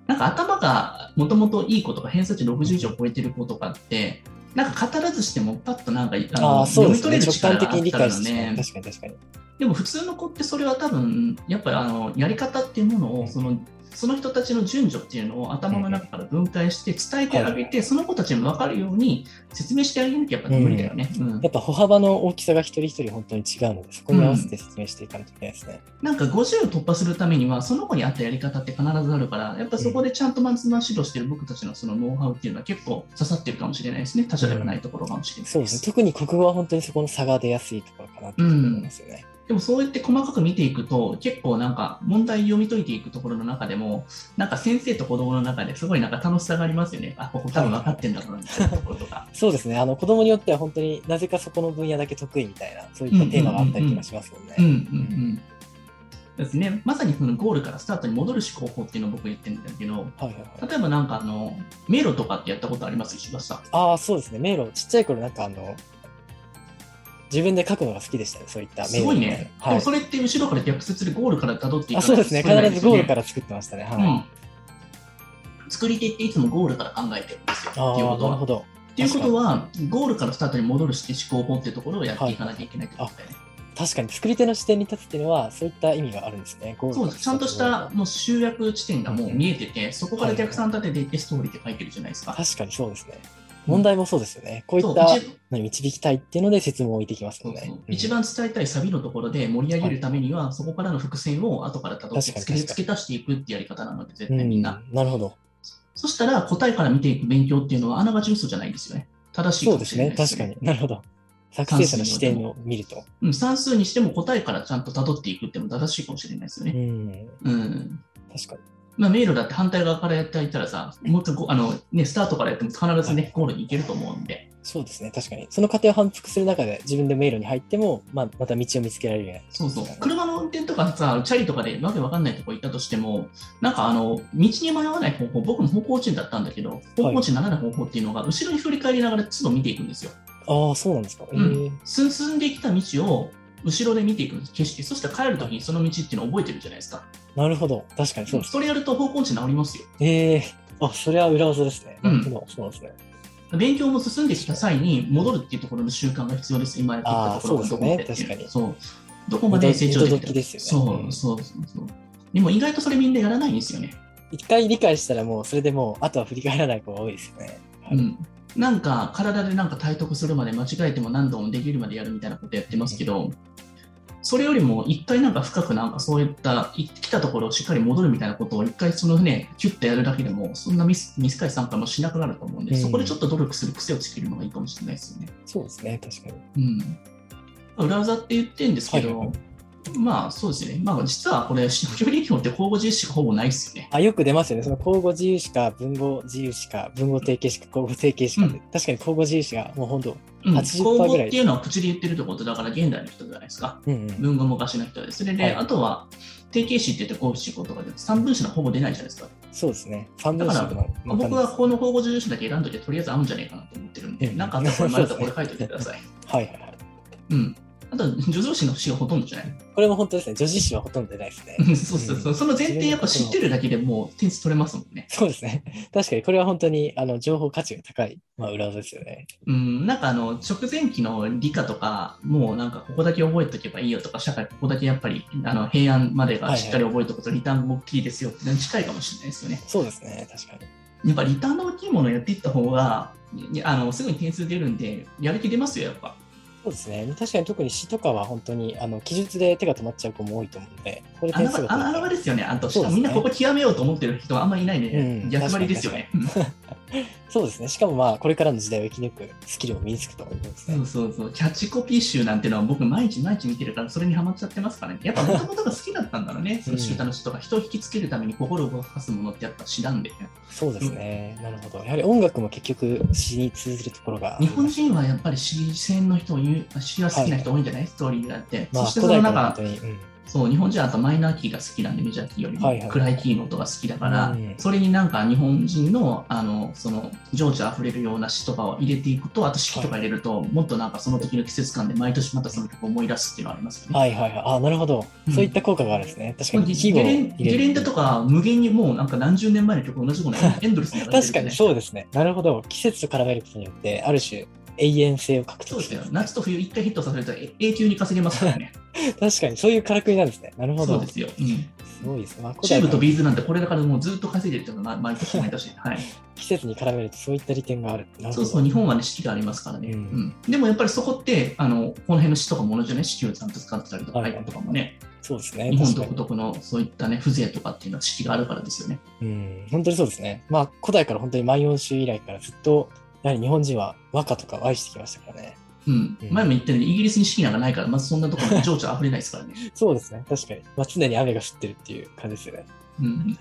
[SPEAKER 1] なんか頭がもともといい子とか偏差値60以上超えてる子とかってなんか語らずしてもパッとなんかあの
[SPEAKER 2] ああ、そう
[SPEAKER 1] 読
[SPEAKER 2] で
[SPEAKER 1] み
[SPEAKER 2] す
[SPEAKER 1] 取れ
[SPEAKER 2] ね。
[SPEAKER 1] る力
[SPEAKER 2] 直感
[SPEAKER 1] が
[SPEAKER 2] 的
[SPEAKER 1] あ
[SPEAKER 2] に
[SPEAKER 1] っ
[SPEAKER 2] 理
[SPEAKER 1] たら
[SPEAKER 2] 解してしま
[SPEAKER 1] ね
[SPEAKER 2] う。確かに確かに。
[SPEAKER 1] でも普通の子ってそれは多分やっぱりあのやり方っていうものをそのその人たちの順序っていうのを頭の中から分解して伝えてあげて、その子たちに分かるように説明してあげなきゃやっぱり無理だよね。うん
[SPEAKER 2] やっぱ歩幅の大きさが一人一人本当に違うので、そこに合わせて説明していかなきゃいけないですね。
[SPEAKER 1] なんか50を突破するためには、その子に合ったやり方って必ずあるから、やっぱそこでちゃんとマンツーマン指導してる僕たちのそのノウハウっていうのは結構刺さってるかもしれないですね。他者ではないところかもしれない
[SPEAKER 2] そう
[SPEAKER 1] で
[SPEAKER 2] ですね。
[SPEAKER 1] す。
[SPEAKER 2] 特に国語は本当にそこの差が出やすいところかなと思いますよね。
[SPEAKER 1] でもそうやって細かく見ていくと、結構なんか問題読み解いていくところの中でも、なんか先生と子供の中ですごいなんか楽しさがありますよね。あ、ここ多分分かってんだろうなみたいなところとか。
[SPEAKER 2] そうですね。あの子供によっては本当になぜかそこの分野だけ得意みたいな、そういったテーマがあったりとかしますもんね。
[SPEAKER 1] うんうんうん。ですね。まさにこのゴールからスタートに戻る思考法っていうのを僕言ってるんだけど、
[SPEAKER 2] はいはいはい。
[SPEAKER 1] 例えばなんかあの、迷路とかってやったことあります石橋さん。
[SPEAKER 2] ああ、そうですね。迷路、ちっちゃい頃なんかあの、自分で書くのが好きでしたね。そういった迷路
[SPEAKER 1] すごいね。
[SPEAKER 2] は
[SPEAKER 1] で
[SPEAKER 2] い
[SPEAKER 1] も。それって後ろから逆説でゴールから辿ってい。
[SPEAKER 2] あそうですね。必ずゴールからら作ってましたね。は
[SPEAKER 1] う
[SPEAKER 2] い。
[SPEAKER 1] ん。作り手っていつもゴールから考えてるんですよ。
[SPEAKER 2] ああ、
[SPEAKER 1] っていうこ
[SPEAKER 2] な
[SPEAKER 1] と
[SPEAKER 2] る
[SPEAKER 1] は
[SPEAKER 2] ほ。ど。
[SPEAKER 1] っていうことは、ゴールからスタートに戻るして思考法っていうところをやっていかなきゃいけないってことだよね。
[SPEAKER 2] 確かに作り手の視点に立つっていうのは、そういった意味があるんですね。ゴール
[SPEAKER 1] そうです。ちゃんとしたもう集約地点がもう見えてて、そこから逆算立てていってストーリーって書いてるじゃないですか。
[SPEAKER 2] 確かにそうですね。問題もそうですよね。こうい
[SPEAKER 1] そう
[SPEAKER 2] った
[SPEAKER 1] 一
[SPEAKER 2] のに導きたいっていうので説問を置いてきます
[SPEAKER 1] そ
[SPEAKER 2] もん
[SPEAKER 1] う
[SPEAKER 2] ね。
[SPEAKER 1] そう
[SPEAKER 2] うん
[SPEAKER 1] 一番伝えたいサビのところで盛り上げるためには、そこからの伏線を後からたどって
[SPEAKER 2] 確かに
[SPEAKER 1] 付け
[SPEAKER 2] 確か
[SPEAKER 1] 付
[SPEAKER 2] に
[SPEAKER 1] け足していくってやり方なので、
[SPEAKER 2] う
[SPEAKER 1] 絶対みん
[SPEAKER 2] ん、
[SPEAKER 1] な。
[SPEAKER 2] なるほど。
[SPEAKER 1] そしたら答えから見ていく勉強っていうのはあながち嘘じゃないんですよね。正しい
[SPEAKER 2] そう
[SPEAKER 1] か
[SPEAKER 2] で
[SPEAKER 1] も
[SPEAKER 2] す
[SPEAKER 1] しれ
[SPEAKER 2] ね。
[SPEAKER 1] ない
[SPEAKER 2] 確かに。なるほど。作成者の視点を見ると。
[SPEAKER 1] うん、算数にしても答えからちゃんと辿っていくっていうのも正しいかもしれないですよ
[SPEAKER 2] う
[SPEAKER 1] ね。
[SPEAKER 2] ん。
[SPEAKER 1] うん。
[SPEAKER 2] 確かに。
[SPEAKER 1] まあ、迷路だって反対側からやってあげたらさ、もっとこうあの、ね、スタートからやっても必ず
[SPEAKER 2] は
[SPEAKER 1] ね、ゴールに行けると思うんで。
[SPEAKER 2] そうですね。確かに。その過程を反復する中で自分で迷路に入っても、まあ、また道を見つけられるようになる
[SPEAKER 1] そうそう。車の運転とかさ、チャリとかでわけわかんないとこ行ったとしても、なんかあの、道に迷わない方法、僕も方向地だったんだけど、方向地にならない方法っていうのが、後ろに振り返りながら都度見ていくんですよ。
[SPEAKER 2] ああ、そうなんですか。
[SPEAKER 1] うん
[SPEAKER 2] えー
[SPEAKER 1] 進んできた道を後ろで見ていくんです、景色。そしたら帰るときにその道っていうのを覚えてるじゃないですか。
[SPEAKER 2] なるほど。確かにそうです。
[SPEAKER 1] それやると方向地治りますよ。
[SPEAKER 2] ええあ、それは裏技ですね。
[SPEAKER 1] うん
[SPEAKER 2] なるほどそうなんですね。
[SPEAKER 1] 勉強も進んできた際に戻るっていうところの習慣が必要です、今やってきたところ
[SPEAKER 2] あー
[SPEAKER 1] が
[SPEAKER 2] そう
[SPEAKER 1] ど
[SPEAKER 2] ですね
[SPEAKER 1] こまでっていう
[SPEAKER 2] 確かに
[SPEAKER 1] そう。どこまで成長できた
[SPEAKER 2] 二度二度解きですよね
[SPEAKER 1] そうそうそうそう。でも意外とそれみんなやらないんですよね。
[SPEAKER 2] 一回理解したらもう、それでもう、あとは振り返らない子が多いですよね。はい
[SPEAKER 1] うん。なんか体でなんか体得するまで間違えても何度もできるまでやるみたいなことやってますけど、それよりも一回なんか深くなんかそういったい来たところをしっかり戻るみたいなことを一回そのね、キュッとやるだけでもそんなミスミス回参加もしなくなると思うんで、
[SPEAKER 2] うん
[SPEAKER 1] そこでちょっと努力する癖をつけるのがいいかもしれないですよね。
[SPEAKER 2] そうですね。確かに。
[SPEAKER 1] うん、裏技って言ってるんですけど、
[SPEAKER 2] はい
[SPEAKER 1] まあそうですね、まあ、実はこれ、教理教って交互実施がほぼないですよね。
[SPEAKER 2] あ、よく出ますよね。その交互自由詞か、文語自由詞か、文語定型詞か、交互定型詞かで、
[SPEAKER 1] う
[SPEAKER 2] 確かに交互自由詞がもう本当、
[SPEAKER 1] うん、
[SPEAKER 2] 80%
[SPEAKER 1] 口
[SPEAKER 2] ぐら
[SPEAKER 1] 語
[SPEAKER 2] い
[SPEAKER 1] っていうのは口で言ってるってことだから現代の人じゃないですか。
[SPEAKER 2] うんうん、
[SPEAKER 1] 文語も昔の人で。それで、
[SPEAKER 2] はい
[SPEAKER 1] あとは定型詞って言って五七五とかで三分詞のほぼ出ないじゃないですか。
[SPEAKER 2] そうですね。三分詞とかもまあ
[SPEAKER 1] 僕はこの交互実施だけ選んどいてとりあえず合うんじゃないかなと思ってるんで、
[SPEAKER 2] うん
[SPEAKER 1] なんかあったらこれ迷ったらこれ書いておいてくだ
[SPEAKER 2] [laughs]
[SPEAKER 1] さい。
[SPEAKER 2] はいはいはい。
[SPEAKER 1] うん。あと、助動詞の詞がほとんどじゃない。
[SPEAKER 2] これも本当ですね。助詞詞はほとんど出ないで
[SPEAKER 1] [laughs]
[SPEAKER 2] すね。
[SPEAKER 1] そうそうそう。その前提やっぱ知ってるだけでもう点数取れますもんね。
[SPEAKER 2] そうですね。確かに、これは本当にあの情報価値が高い、まあ、裏技ですよね。
[SPEAKER 1] うん、なんかあの直前期の理科とか、もうなんかここだけ覚えておけばいいよとか、社会ここだけやっぱりあの平安までがしっかり覚えておくと、リターンも大きいですよっていうのに近いかもしれないですよね。
[SPEAKER 2] そうですね。確かに。
[SPEAKER 1] やっぱリターンの大きいものをやっていった方が、いやあのすぐに点数出るんで、やる気出ますよ、やっぱ。
[SPEAKER 2] そうですね。確かに特に詩とかは本当にあの記述で手が止まっちゃう子も多いと思うので、これ
[SPEAKER 1] 穴
[SPEAKER 2] 点数が
[SPEAKER 1] 場穴場ですよね、あと、
[SPEAKER 2] そうですね
[SPEAKER 1] みんなここ極めようと思ってる人はあんまりいないね、
[SPEAKER 2] うん
[SPEAKER 1] 逆張りですよね。
[SPEAKER 2] そうですね。しかもまあこれからの時代を生き抜くスキルも身につくと思います
[SPEAKER 1] [laughs] そ
[SPEAKER 2] ね。
[SPEAKER 1] うそうそう、キャッチコピー集なんてのは僕、毎日毎日見てるから、それにハマっちゃってますからね。やっぱ、もともとが好きだったんだろうね、その集団の人が人を引きつけるために心を動かすものってやっぱ知らんで、
[SPEAKER 2] そうですね。なるほど。やはり音楽も結局詩に通ずるところが。
[SPEAKER 1] 日本人はやっぱり視線の人を言う、詩が好きな人多いんじゃない、ストーリーがあって、
[SPEAKER 2] まあ
[SPEAKER 1] そして
[SPEAKER 2] 古
[SPEAKER 1] その
[SPEAKER 2] 代から本
[SPEAKER 1] 中
[SPEAKER 2] 当、に。うん
[SPEAKER 1] そう、日本人はあとマイナーキーが好きなんで、メジャーキーより
[SPEAKER 2] はいはい
[SPEAKER 1] も暗いキーの音が好きだから、
[SPEAKER 2] うん
[SPEAKER 1] それになんか日本人のあのその情緒あふれるような詩とかを入れていくと、あと四季とか入れると、もっとなんかその時の季節感で毎年またその曲を思い出すっていうのはありますよね。
[SPEAKER 2] はいはいはい。あ、なるほど
[SPEAKER 1] う。ん
[SPEAKER 2] そういった効果があるんですね。確かに
[SPEAKER 1] ゲ
[SPEAKER 2] 季語を
[SPEAKER 1] レ
[SPEAKER 2] 入
[SPEAKER 1] ン
[SPEAKER 2] れる
[SPEAKER 1] ゲレンデとか無限にもうなんか何十年前の曲同 [laughs] じことないエンドレスに流れてる
[SPEAKER 2] 確かに
[SPEAKER 1] そう
[SPEAKER 2] そうですね。なるほど。季節と絡めることによって、ある種永遠性を獲
[SPEAKER 1] そう
[SPEAKER 2] 得
[SPEAKER 1] です
[SPEAKER 2] る
[SPEAKER 1] よ。夏と冬一回ヒットさせると永久に稼げますからね。
[SPEAKER 2] 確かにそういうからくりなんですね。なるほ
[SPEAKER 1] そう
[SPEAKER 2] ど
[SPEAKER 1] で。すよ。うん
[SPEAKER 2] すすごいですね。まあ、
[SPEAKER 1] チューブとビー
[SPEAKER 2] ズ
[SPEAKER 1] ズなんてこれだからもうずっと稼いでるっていうのがま毎年毎年。はい。
[SPEAKER 2] 季節に絡めるとそういった利点がある。なるほ
[SPEAKER 1] そ
[SPEAKER 2] ど
[SPEAKER 1] うそう、日本はね、四季がありますからね。う
[SPEAKER 2] う
[SPEAKER 1] んんでもやっぱりそこって、あのこの辺の市とかものじゃね、四季をちゃんと使ってたりとか、
[SPEAKER 2] はい
[SPEAKER 1] アイコンとかもね、
[SPEAKER 2] そうですね。
[SPEAKER 1] 日本
[SPEAKER 2] 確か
[SPEAKER 1] 独
[SPEAKER 2] に。
[SPEAKER 1] 特のそういったね、風情とかっていうのは四季があるからですよね。
[SPEAKER 2] うん、本当にそうですね。まあ、古代から本当に万葉集以来からずっと、やはり日本人は和歌とかを愛してきましたからね。
[SPEAKER 1] うん
[SPEAKER 2] うん
[SPEAKER 1] 前も言ったように、イギリスに四季なんかないから、まずそんなところに情緒あふれないです
[SPEAKER 2] [laughs]
[SPEAKER 1] からね。
[SPEAKER 2] そうですね。確かに。まあ、常に雨が降ってるっていう感じですよね。
[SPEAKER 1] うん、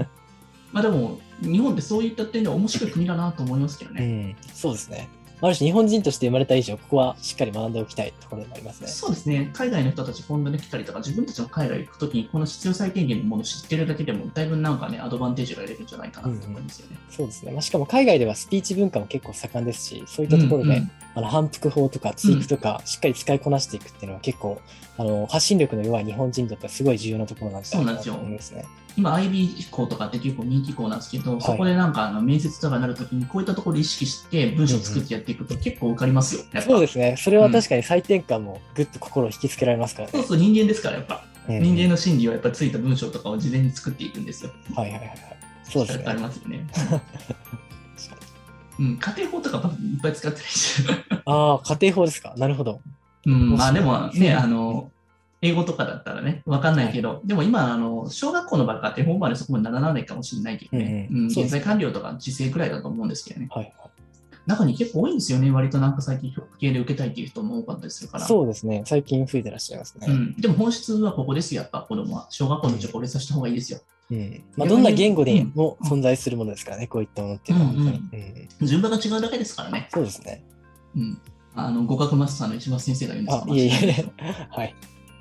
[SPEAKER 1] まあでも、日本ってそういった点では面白い国だなと思いますけど
[SPEAKER 2] う
[SPEAKER 1] ね。
[SPEAKER 2] ん、そうですね。ある種、日本人として生まれた以上、ここはしっかり学んでおきたいところでもありますね。
[SPEAKER 1] そうですね海外の人たち、今度ね、来たりとか、自分たちの海外行くときに、この必要最低限のものを知ってるだけでも、だいぶなんかね、アドバンテージが得れるんじゃないかなと思いますよね。
[SPEAKER 2] そうですね。まあ、しかも海外ではスピーチ文化も結構盛んですし、そういったところで、
[SPEAKER 1] うんうん
[SPEAKER 2] あの反復法とか追句とか、しっかり使いこなしていくっていうのは結構、あの発信力の弱い日本人にとってはすごい重要なところなんじゃないかなと
[SPEAKER 1] そう
[SPEAKER 2] 思
[SPEAKER 1] ないん
[SPEAKER 2] ま
[SPEAKER 1] です
[SPEAKER 2] ね。
[SPEAKER 1] 今 IB 校とかって結構人気校なんですけど、
[SPEAKER 2] い
[SPEAKER 1] そこでなんかあの面接とかになるときにこういったところで意識して文章を作ってやっていくと結構受かりますよ、やっぱ
[SPEAKER 2] そうですね。それは確かに採点感もぐっと心を引きつけられますから
[SPEAKER 1] そう
[SPEAKER 2] ね。
[SPEAKER 1] そう人間ですからやっぱ、
[SPEAKER 2] うん
[SPEAKER 1] 人間の心理をやっぱついた文章とかを事前に作っていくんですよ
[SPEAKER 2] はいはいはいはい。そうですね。
[SPEAKER 1] ありますよ
[SPEAKER 2] [laughs]
[SPEAKER 1] ねうん家庭法とかばいっぱい使ってるし
[SPEAKER 2] ああ、家庭法ですか。なるほど。
[SPEAKER 1] うんまあでもねあの英語とかだったらね、わかんないけど、でも今、あの小学校の場合は家庭法までそこまでならないかもしれないけどね、
[SPEAKER 2] う
[SPEAKER 1] うんん
[SPEAKER 2] うんそう
[SPEAKER 1] 現
[SPEAKER 2] です
[SPEAKER 1] 在
[SPEAKER 2] ね
[SPEAKER 1] 官僚とか時制くらいだと思うんですけどね。
[SPEAKER 2] はい
[SPEAKER 1] 中に結構多いんですよね、割となんか最近、系で受けたいっていう人も多かったりするか
[SPEAKER 2] はい。
[SPEAKER 1] ら。
[SPEAKER 2] そうですね。最近増えてらっしゃいます
[SPEAKER 1] う
[SPEAKER 2] ね。
[SPEAKER 1] ん、でも本質はここですよ、やっぱ子供は。小学校のうちはこれさせた方がいいですよ。
[SPEAKER 2] うん。まあ、どんな言語で
[SPEAKER 1] うん
[SPEAKER 2] も存在するものですからね、こういったものっていうのは本当に。うん
[SPEAKER 1] 順番が違うだけですからね。
[SPEAKER 2] そうですね。
[SPEAKER 1] うん。あの、語学マスターの石橋先生が言うんです
[SPEAKER 2] あ
[SPEAKER 1] け、ど
[SPEAKER 2] いえい
[SPEAKER 1] [laughs]
[SPEAKER 2] え。はい。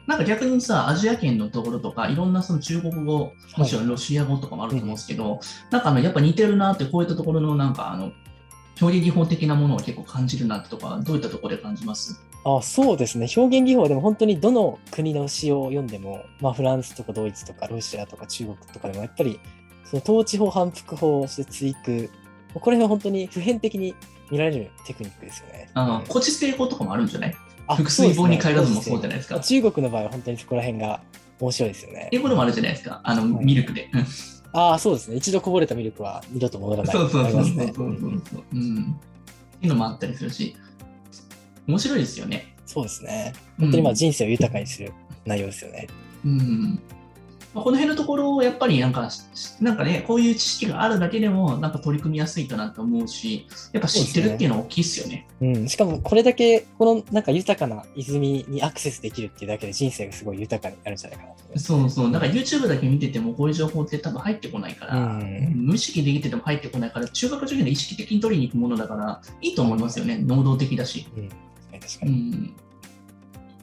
[SPEAKER 1] なんか逆にさ、アジア圏のところとか、いろんなその中国語、もちろんロシア語とかもあると思うんですけど、なんかあの、やっぱ似てるなって、こういったところのなんかあの、表現技法的なものを結構感じるなってとか、どういったところで感じます
[SPEAKER 2] あそうですね表現技法はでも本当にどの国の詩を読んでも、まあ、フランスとかドイツとかロシアとか中国とかでもやっぱりその統治法反復法そして追句これが本当に普遍的に見られるテクニックですよね。
[SPEAKER 1] あ
[SPEAKER 2] う
[SPEAKER 1] の、
[SPEAKER 2] ん
[SPEAKER 1] 古知性語とかもあるんじゃない
[SPEAKER 2] あ
[SPEAKER 1] 複数
[SPEAKER 2] そう
[SPEAKER 1] 語
[SPEAKER 2] ですね
[SPEAKER 1] に帰らずもそうじゃないですか。
[SPEAKER 2] 中国の場合は本当にそこら辺が面白いですよね
[SPEAKER 1] 英。語でもあるじゃないですか、あの、
[SPEAKER 2] はい
[SPEAKER 1] ミルクで。うん
[SPEAKER 2] ああそうですね一度こぼれたミルクは二度と戻らない
[SPEAKER 1] そうそう
[SPEAKER 2] あり
[SPEAKER 1] そう
[SPEAKER 2] ます
[SPEAKER 1] そう
[SPEAKER 2] ね。
[SPEAKER 1] そううんそう。うん。っていうのもあったりするし、面白いですよね。
[SPEAKER 2] そうですね。
[SPEAKER 1] 本
[SPEAKER 2] 本当にまあ人生を豊かにする内容ですよね。
[SPEAKER 1] うん。まあこの辺のところをやっぱりなんか、しなんかね、こういう知識があるだけでも、なんか取り組みやすいかなと思うし、やっぱ知ってるっていうのは大きいですよね。
[SPEAKER 2] うん、しかもこれだけこのなんか豊かな泉にアクセスできるっていうだけで人生がすごい豊かになるんじゃないかなと思います。
[SPEAKER 1] そうそう。だから YouTube だけ見てても、こういう情報って多分入ってこないから、
[SPEAKER 2] うん
[SPEAKER 1] 無意識できてても入ってこないから、中学受験で意識的に取りに行くものだから、いいと思いますよね。能動的だし。
[SPEAKER 2] うん、確かに確か
[SPEAKER 1] う
[SPEAKER 2] に。
[SPEAKER 1] ん、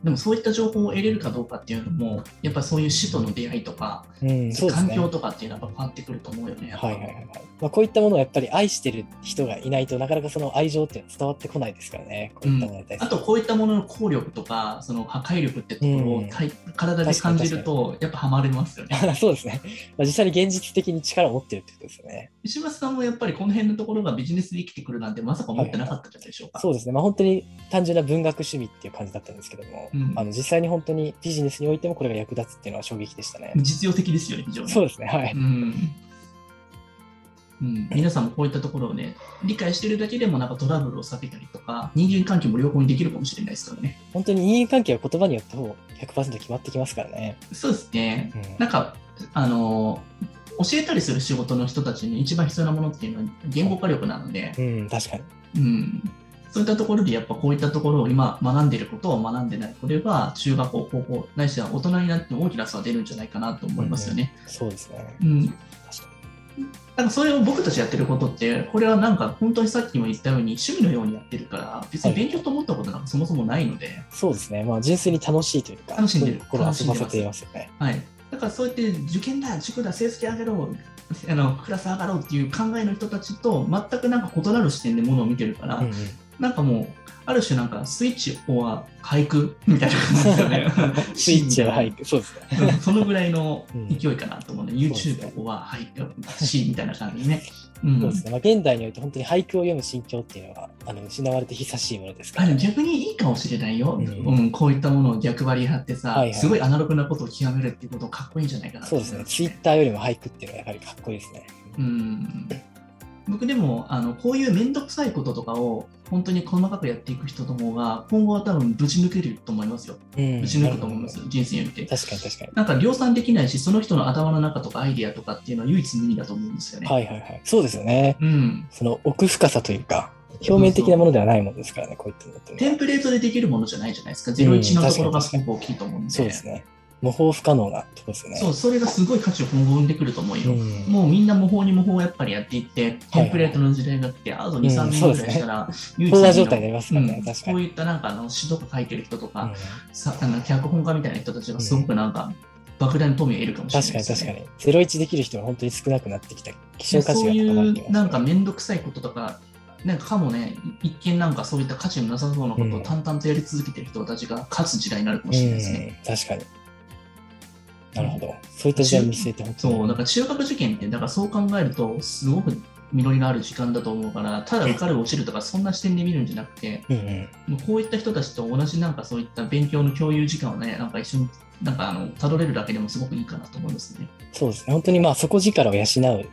[SPEAKER 1] でもそういった情報を得れるかどうかっていうのも、やっぱりそういう死との出会いとか、
[SPEAKER 2] うん、そうです
[SPEAKER 1] 環
[SPEAKER 2] ね。
[SPEAKER 1] 境とかっていうのはやっぱ変わってくると思うよね。
[SPEAKER 2] はいはいはいはい。まあ、こういったものをやっぱり愛してる人がいないとなかなかその愛情っていうのは伝わってこないですからね。こういったものに対す
[SPEAKER 1] あ
[SPEAKER 2] る。
[SPEAKER 1] とこういったものの効力とかその破壊力ってところを
[SPEAKER 2] うん
[SPEAKER 1] かい体で感じるとやっぱハマれますよね。
[SPEAKER 2] [laughs] そうですね。まあ、実際に現実的に力を持ってるってことですよね。
[SPEAKER 1] 石橋さんもやっぱりこの辺のところがビジネスで生きてくるなんてまさか思ってなかったんじゃないでしょうか。
[SPEAKER 2] そうですね。まあ本当に単純な文学趣味っていう感じだったんですけども、
[SPEAKER 1] うん
[SPEAKER 2] あの実際に本当にビジネスにおいてもこれが役立つっていうのは衝撃でしたね。
[SPEAKER 1] 実用的ですよね非常に。
[SPEAKER 2] そうですね。はい。
[SPEAKER 1] うんうん、皆さんもこういったところをね理解してるだけでもなんかトラブルを避けたりとか人間関係も良好にできるかもしれないですからね。
[SPEAKER 2] 本当に人間関係は言葉によってほぼ100%決まってきますからね。
[SPEAKER 1] そうですね
[SPEAKER 2] うん
[SPEAKER 1] なんかあの教えたりする仕事の人たちに一番必要なものっていうのは言語化力なので、
[SPEAKER 2] うん、確かに。
[SPEAKER 1] うん、そういったところでやっぱこういったところを今学んでいることを学んでないこれは中学校高校ないしは大人になっても大きな差は出るんじゃないかなと思いますよね。
[SPEAKER 2] そうですね。
[SPEAKER 1] うん
[SPEAKER 2] 確か
[SPEAKER 1] なんかそれを僕たちやってることってこれはなんか本当にさっきも言ったように趣味のようにやってるから別に勉強と思ったことなんかそもそもないので、
[SPEAKER 2] に。そうですね。まあ、純粋に楽しいというか、
[SPEAKER 1] 楽しんでる
[SPEAKER 2] 心を遊ばせていますよね。
[SPEAKER 1] はい、だからそうやって受験だ塾だ成績上げろ [laughs] あのクラス上がろうっていう考えの人たちと全くなんか異なる視点でものを見てるから、
[SPEAKER 2] うんうん。
[SPEAKER 1] なんかもう、ある種なんかスイッチは俳句みたいな感じですよね
[SPEAKER 2] [laughs] スイッチは俳句。そうですね。
[SPEAKER 1] うんそのぐらいの勢いかなと思うので、YouTube は俳句しみたいな感じでね。うん
[SPEAKER 2] そうですね。まあ、現代において本当に俳句を読む心境っていうのは、あの、失われて久しいものですか
[SPEAKER 1] あ
[SPEAKER 2] ら。
[SPEAKER 1] でも逆にいいかもしれないよ、
[SPEAKER 2] う
[SPEAKER 1] うんんこういったものを逆張り張ってさ、
[SPEAKER 2] はいはい
[SPEAKER 1] すごいアナログなことを極めるっていうことかっこいいんじゃないかなと
[SPEAKER 2] そう
[SPEAKER 1] 思
[SPEAKER 2] で
[SPEAKER 1] います
[SPEAKER 2] ね。ツイッターよりも俳句っていうのはやはりかっこいいですね。
[SPEAKER 1] うん僕でもあのこういう面倒くさいこととかを本当に細かくやっていく人の方が今後は多分ぶち抜けると思いますよ、
[SPEAKER 2] うん。
[SPEAKER 1] ぶち抜くと思います、人生において
[SPEAKER 2] 確かに確かに。
[SPEAKER 1] なんか量産できないしその人の頭の中とかアイディアとかっていうのは唯一無二だと思うんですよね、
[SPEAKER 2] はいはいはい。そうですよね。
[SPEAKER 1] うん
[SPEAKER 2] その奥深さというか、表面的なものではないものですからね、こういったのってね
[SPEAKER 1] テンプレートでできるものじゃないじゃないですか01のところ
[SPEAKER 2] うん
[SPEAKER 1] がすごく大きいと思うんで,、
[SPEAKER 2] そうですね。模倣不可能なとこですよね。
[SPEAKER 1] そうそれがすごい価値を今後生んでくると思うよ、
[SPEAKER 2] うん
[SPEAKER 1] もうみんな模倣に模倣をやっぱりやっていって、
[SPEAKER 2] はい
[SPEAKER 1] テンプレートの時代が来て、あと2、3
[SPEAKER 2] うん
[SPEAKER 1] 年
[SPEAKER 2] そう
[SPEAKER 1] ぐ
[SPEAKER 2] で
[SPEAKER 1] らい
[SPEAKER 2] すね
[SPEAKER 1] したら、唯一
[SPEAKER 2] 飽
[SPEAKER 1] 無
[SPEAKER 2] 和
[SPEAKER 1] 二
[SPEAKER 2] 状態になりますから
[SPEAKER 1] の
[SPEAKER 2] ね
[SPEAKER 1] うん
[SPEAKER 2] 確かに
[SPEAKER 1] こういったなんかあの詩とか書いてる人と
[SPEAKER 2] う
[SPEAKER 1] か
[SPEAKER 2] ん、
[SPEAKER 1] さあの脚本家みたいな人たちがすごくなんか、莫大な富を得るかもしれない
[SPEAKER 2] 確か
[SPEAKER 1] で
[SPEAKER 2] に
[SPEAKER 1] すよ
[SPEAKER 2] 確か
[SPEAKER 1] ね。
[SPEAKER 2] に。ゼロ一できる人は本当に少なくなってきた。希少価値
[SPEAKER 1] そう
[SPEAKER 2] が高まって
[SPEAKER 1] い
[SPEAKER 2] き
[SPEAKER 1] うな
[SPEAKER 2] ます
[SPEAKER 1] んか面倒くさいこととか、なんかかもね、一見なんかそういった価値のなさそうなことを淡々とやり続けてる人たちが勝つ時代になるかもしれないですね。
[SPEAKER 2] うん、確かに。なるほど。そういった時代を見据えて本当に。
[SPEAKER 1] そう、だから中学受験って、だからそう考えると、すごく実りのある時間だと思うから、ただ受かる落ちるとか、そんな視点で見るんじゃなくて、
[SPEAKER 2] うんうん。
[SPEAKER 1] もうこういった人たちと同じなんかそういった勉強の共有時間をね、なんか一緒に、なんかあの、たどれるだけでもすごくいいかなと思いますね。
[SPEAKER 2] そうですね。本当にまあ底力を養う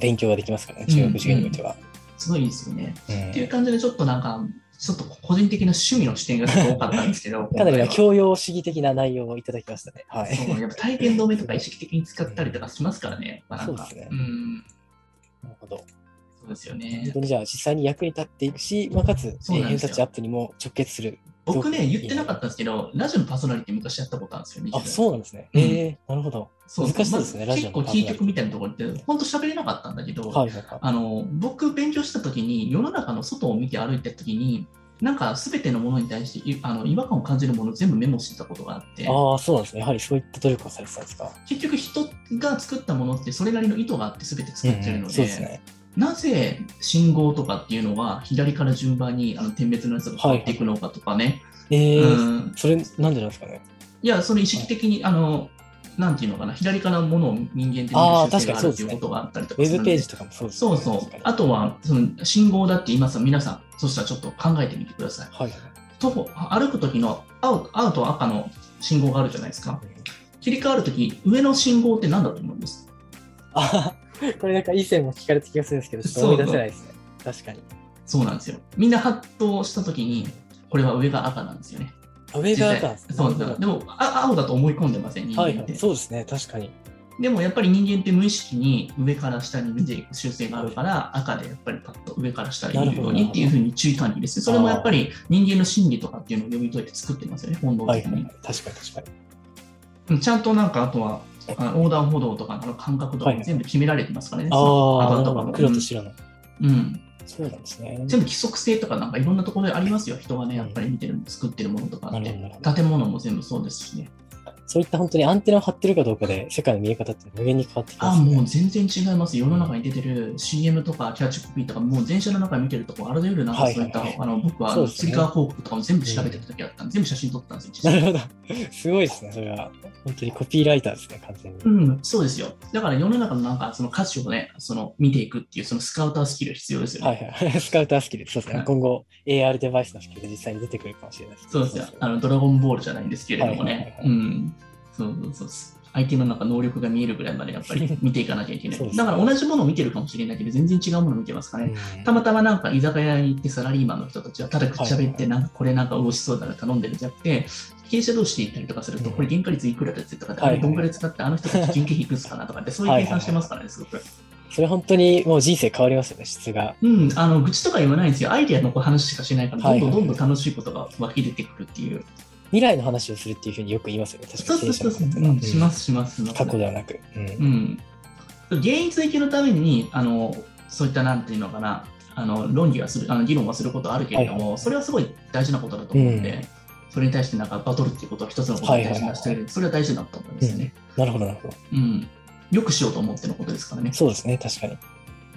[SPEAKER 2] 勉強ができますからね、中学受験においては。
[SPEAKER 1] すごいいいですよね。
[SPEAKER 2] うん
[SPEAKER 1] っていう感じで、ちょっとなんか、ちょっと個人的な趣味の視点がちょっと多かったんですけど、
[SPEAKER 2] [laughs] かなりな
[SPEAKER 1] 今日
[SPEAKER 2] 教養主義的な内容をいただきましたね。はい。
[SPEAKER 1] そうやっぱ体験止めとか意識的に使ったりとかしますから
[SPEAKER 2] [laughs]
[SPEAKER 1] ね、まあ、なんか
[SPEAKER 2] そうですね
[SPEAKER 1] ん、
[SPEAKER 2] [laughs] なるほど。
[SPEAKER 1] そうですよ
[SPEAKER 2] 本
[SPEAKER 1] ね
[SPEAKER 2] 当。にじゃあ実際に役に立っていくし、まあ、かつ、え
[SPEAKER 1] そう
[SPEAKER 2] ー
[SPEAKER 1] なん
[SPEAKER 2] 偏
[SPEAKER 1] ですよ
[SPEAKER 2] 差値アップにも直結する。
[SPEAKER 1] 僕ね、言ってなかったんですけど、ラジオのパーソナリティ昔やったことあるんですよ、
[SPEAKER 2] あ、
[SPEAKER 1] 20
[SPEAKER 2] そうなんですね。
[SPEAKER 1] うん
[SPEAKER 2] ええなるほど。
[SPEAKER 1] そう
[SPEAKER 2] 難しそうですね
[SPEAKER 1] ま
[SPEAKER 2] ラ
[SPEAKER 1] ず
[SPEAKER 2] ジオの
[SPEAKER 1] 結構キー局みたいなところって、本当喋れなかったんだけど、
[SPEAKER 2] はいはいはい。
[SPEAKER 1] あの僕、勉強したときに、世の中の外を見て歩いてたときに、なんかすべてのものに対していあの違和感を感じるものを全部メモしてたことがあって、
[SPEAKER 2] ああ、そうなんですね。やはりそういった努力をされてたんですか。
[SPEAKER 1] 結局、人が作ったものって、それなりの意図があって、すべて作ってる
[SPEAKER 2] うんう
[SPEAKER 1] の
[SPEAKER 2] ん
[SPEAKER 1] で、
[SPEAKER 2] そうですね。
[SPEAKER 1] なぜ信号とかっていうのは、左から順番にあの点滅のやつが変わっていくのかとかね、
[SPEAKER 2] ええ
[SPEAKER 1] うん
[SPEAKER 2] それなんでなんですかね。
[SPEAKER 1] いや、その意識的に、あの、なんていうのかな、左からものを人間って見る
[SPEAKER 2] あー
[SPEAKER 1] 習性があるっ
[SPEAKER 2] 確かに
[SPEAKER 1] ていうことがあったりと
[SPEAKER 2] ウ
[SPEAKER 1] かする
[SPEAKER 2] ェブ
[SPEAKER 1] の
[SPEAKER 2] ペー
[SPEAKER 1] で
[SPEAKER 2] ジとかもそうですね、
[SPEAKER 1] そうそう
[SPEAKER 2] 確か。に
[SPEAKER 1] あとは、その信号だって今さ、皆さん、そしたらちょっと考えてみてください。
[SPEAKER 2] はい。
[SPEAKER 1] 徒歩、あ歩く時の青青と赤の信号があるじゃないですか。切り替わる時上の信号って何だと思います
[SPEAKER 2] あ [laughs] これなんか以前も聞かれた気がするんですけど、ちょっと思い出せないですね。確かに。
[SPEAKER 1] そうなんですよ。みんな発動した時に、これは上が赤なんですよね。
[SPEAKER 2] 上が赤なんですね
[SPEAKER 1] そうそうでもあ、青だと思い込んでません、人間っ
[SPEAKER 2] は
[SPEAKER 1] て。
[SPEAKER 2] いはい。そうですね。確かに。
[SPEAKER 1] でもやっぱり人間って無意識に上から下に見ていく習性があるから赤でやっぱりパッと上から下に見るよう
[SPEAKER 2] なるほど
[SPEAKER 1] にっていうふうに注意喚起ですねそれもやっぱり人間の心理とかっていうのを読み解いて作ってますよね本能
[SPEAKER 2] はい
[SPEAKER 1] 的
[SPEAKER 2] は
[SPEAKER 1] に、
[SPEAKER 2] いはい。確かに確かに。
[SPEAKER 1] うんちゃんとなんかあとはあ横断歩道とかの感覚とか
[SPEAKER 2] はい
[SPEAKER 1] も全部決められてますからね、
[SPEAKER 2] ああ、
[SPEAKER 1] 赤
[SPEAKER 2] なる
[SPEAKER 1] と
[SPEAKER 2] ほ
[SPEAKER 1] か
[SPEAKER 2] ど
[SPEAKER 1] も
[SPEAKER 2] 黒と白の。
[SPEAKER 1] うん、
[SPEAKER 2] そうなんですね。
[SPEAKER 1] 全部規則性とかなんかいろんなところでありますよ人がねやっぱり見てる作ってるものとかっ
[SPEAKER 2] なるほどなるほ
[SPEAKER 1] て建物も全部そうですしね
[SPEAKER 2] そういった本当にアンテナを張ってるかどうかで、世界の見え方って無限に変わってきま
[SPEAKER 1] あ
[SPEAKER 2] すね。
[SPEAKER 1] もう全然違います、世の中に出てる CM とかキャッチコピーとか、もう電車の中見てるとこ、あらゆるなんかそういった、
[SPEAKER 2] はいはい
[SPEAKER 1] あの僕はあ
[SPEAKER 2] そう
[SPEAKER 1] の
[SPEAKER 2] ですね
[SPEAKER 1] つり革広告とかも全部調べてた時あったんで、全部写真撮ったんですよ、実
[SPEAKER 2] な
[SPEAKER 1] 際
[SPEAKER 2] るほど。すごいですね。それは。本当にコピーライターですね、完全に。
[SPEAKER 1] うん、そうですよ。だから世の中のなんかその価値をね、その見ていくっていう、そのスカウタースキル必要ですよね。
[SPEAKER 2] はいはい。 [laughs] スカウタースキル。そうですね。
[SPEAKER 1] はい
[SPEAKER 2] 今後、AR デバイスの普及で実際に出てくるかもしれないですね。
[SPEAKER 1] そうですよあの、ドラゴンボールじゃないんですけれども
[SPEAKER 2] はいはい
[SPEAKER 1] ね
[SPEAKER 2] は、い
[SPEAKER 1] うん、そうそうそうです。相手のなんか能力が見えるぐらいまでやっぱ
[SPEAKER 2] [laughs]
[SPEAKER 1] り見ていかなきゃいけな
[SPEAKER 2] そうで
[SPEAKER 1] い。
[SPEAKER 2] すね
[SPEAKER 1] だから同じものを見てるかもしれないけど、全然違うものを見てますからね。
[SPEAKER 2] うん
[SPEAKER 1] たまたまなんか居酒屋に行ってサラリーマンの人たちはただくっちゃべっ
[SPEAKER 2] はい
[SPEAKER 1] てなんかこれなんか美味しそうだから頼んでるんじゃなくて経営者同士で行ったりとかする
[SPEAKER 2] う
[SPEAKER 1] と
[SPEAKER 2] ん
[SPEAKER 1] これ原価率いくらですとかで
[SPEAKER 2] はい
[SPEAKER 1] あ
[SPEAKER 2] はい
[SPEAKER 1] れどんぐらい使ってあの人たち人件費いくつかなとかってそういう計算してますからねすごく。
[SPEAKER 2] それ本当にもう人生変わりますよね、質が。
[SPEAKER 1] うんあの愚痴とか言わないんですよアイデアの話しかしないからどんどんど
[SPEAKER 2] はいはい
[SPEAKER 1] んどん楽しいことが湧き出てくるっていう。
[SPEAKER 2] 未来の話をするっていうふうによく言いますよね、確か
[SPEAKER 1] そう
[SPEAKER 2] に
[SPEAKER 1] そうそうそう
[SPEAKER 2] 経営者の方
[SPEAKER 1] う
[SPEAKER 2] 々
[SPEAKER 1] んしますしますします。
[SPEAKER 2] 過去ではなく。うん
[SPEAKER 1] うん、原因追求のためにあのそういったなんていうのかなあの論議はするあの議論はすることはあるけれども、
[SPEAKER 2] はい
[SPEAKER 1] それはすごい大事なことだと思うんで、
[SPEAKER 2] うん
[SPEAKER 1] それに対してなんかバトルっていうことは一つのことを大事にしている、それは大事だと思うんですよね、
[SPEAKER 2] なるほど、なるほど。
[SPEAKER 1] うんよくしようと思ってのことですからね
[SPEAKER 2] そうですね、確かに。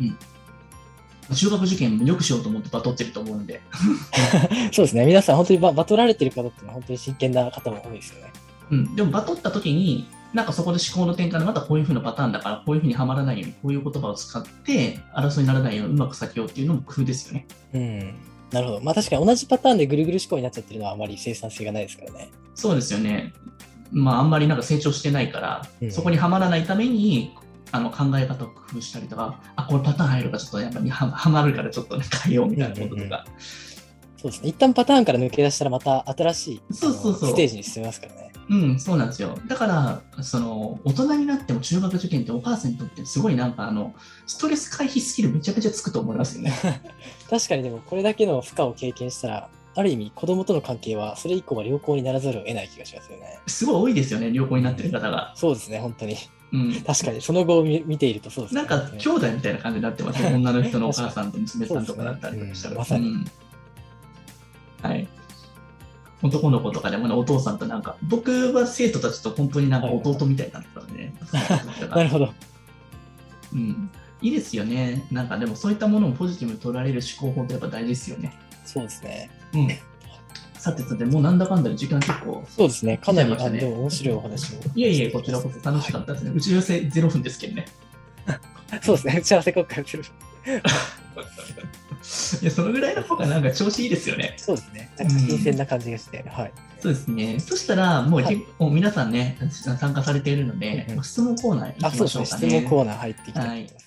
[SPEAKER 1] うん中学受験もよくしようと思ってバトってると思うんで、
[SPEAKER 2] そうですね。皆さん、本当にババトられてる方っていうのは本当に真剣な方も多いですよね。
[SPEAKER 1] うん、でもバトった時に、なんかそこで思考の転換で、またこういう風なパターンだから、こういう風にはまらないように、こういう言葉を使って、争いにならないようにうまく避けようっていうのも工夫ですよね。
[SPEAKER 2] うん。なるほど。まあ確かに同じパターンでぐるぐる思考になっちゃってるのはあまり生産性がないですからね。
[SPEAKER 1] そうですよね。まあ、あんまりなんか成長してないから、
[SPEAKER 2] うん
[SPEAKER 1] そこにはまらないために、あの考え方を工夫したりとか、あ、これパターン入るからちょっとやっぱりははまるからちょっとね変えようみたいなこと
[SPEAKER 2] うんうんう
[SPEAKER 1] と
[SPEAKER 2] ん
[SPEAKER 1] か、
[SPEAKER 2] そうですね。一旦パターンから抜け出したらまた新しい
[SPEAKER 1] そうそうそう
[SPEAKER 2] あのステージに進みますからね。
[SPEAKER 1] うん、そうなんですよ。だから、その、大人になっても中学受験ってお母さんにとってすごいなんかあの、ストレス回避スキルめちゃめちゃつくと思いますよね。
[SPEAKER 2] 確かにでもこれだけの負荷を経験したら、ある意味子供との関係はそれ以降は良好にならざるを得ない気がしますよね。
[SPEAKER 1] すごい多いですよね、良好になってる方が。
[SPEAKER 2] そうですね、本当に。
[SPEAKER 1] うん。
[SPEAKER 2] 確かに、その後を見見ているとそうですね。
[SPEAKER 1] なんか、兄弟みたいな感じになってますね。女の人のお母さんと娘さんとかだったりとかしたら。
[SPEAKER 2] そうですねうん
[SPEAKER 1] うんはい。男の子とかでもね、お父さんとなんか、僕は生徒たちと本当になんか弟みたいになってたんでね。
[SPEAKER 2] なるほど。
[SPEAKER 1] うん。いいですよね。なんかでもそういったものをポジティブに取られる思考法ってやっぱ大事ですよね。
[SPEAKER 2] そうですね。
[SPEAKER 1] うん。さてさて、もうなんだかんだで時間結構。
[SPEAKER 2] そうですね。かなり、
[SPEAKER 1] 来ちゃい
[SPEAKER 2] あ
[SPEAKER 1] ましたね
[SPEAKER 2] でも面白いお話を。
[SPEAKER 1] いえいえ、こちらこそ楽しかったですね。うちのせ0分ですけどね。
[SPEAKER 2] そうですね。打ち合わせ国会をする。
[SPEAKER 1] いや、そのぐらいの方がなんか調子いいですよね。
[SPEAKER 2] そうですね。なんか新鮮な感じがして、はい。
[SPEAKER 1] そうですね。そしたら、もう,、
[SPEAKER 2] はい
[SPEAKER 1] もう皆さんね、参加されているので、
[SPEAKER 2] うんうん
[SPEAKER 1] 質問コーナー行
[SPEAKER 2] あ、
[SPEAKER 1] き
[SPEAKER 2] そ
[SPEAKER 1] ま
[SPEAKER 2] うで
[SPEAKER 1] し
[SPEAKER 2] す
[SPEAKER 1] ょう
[SPEAKER 2] ね。
[SPEAKER 1] か
[SPEAKER 2] 質
[SPEAKER 1] ね。
[SPEAKER 2] 問コーナー入っていきたいと思います。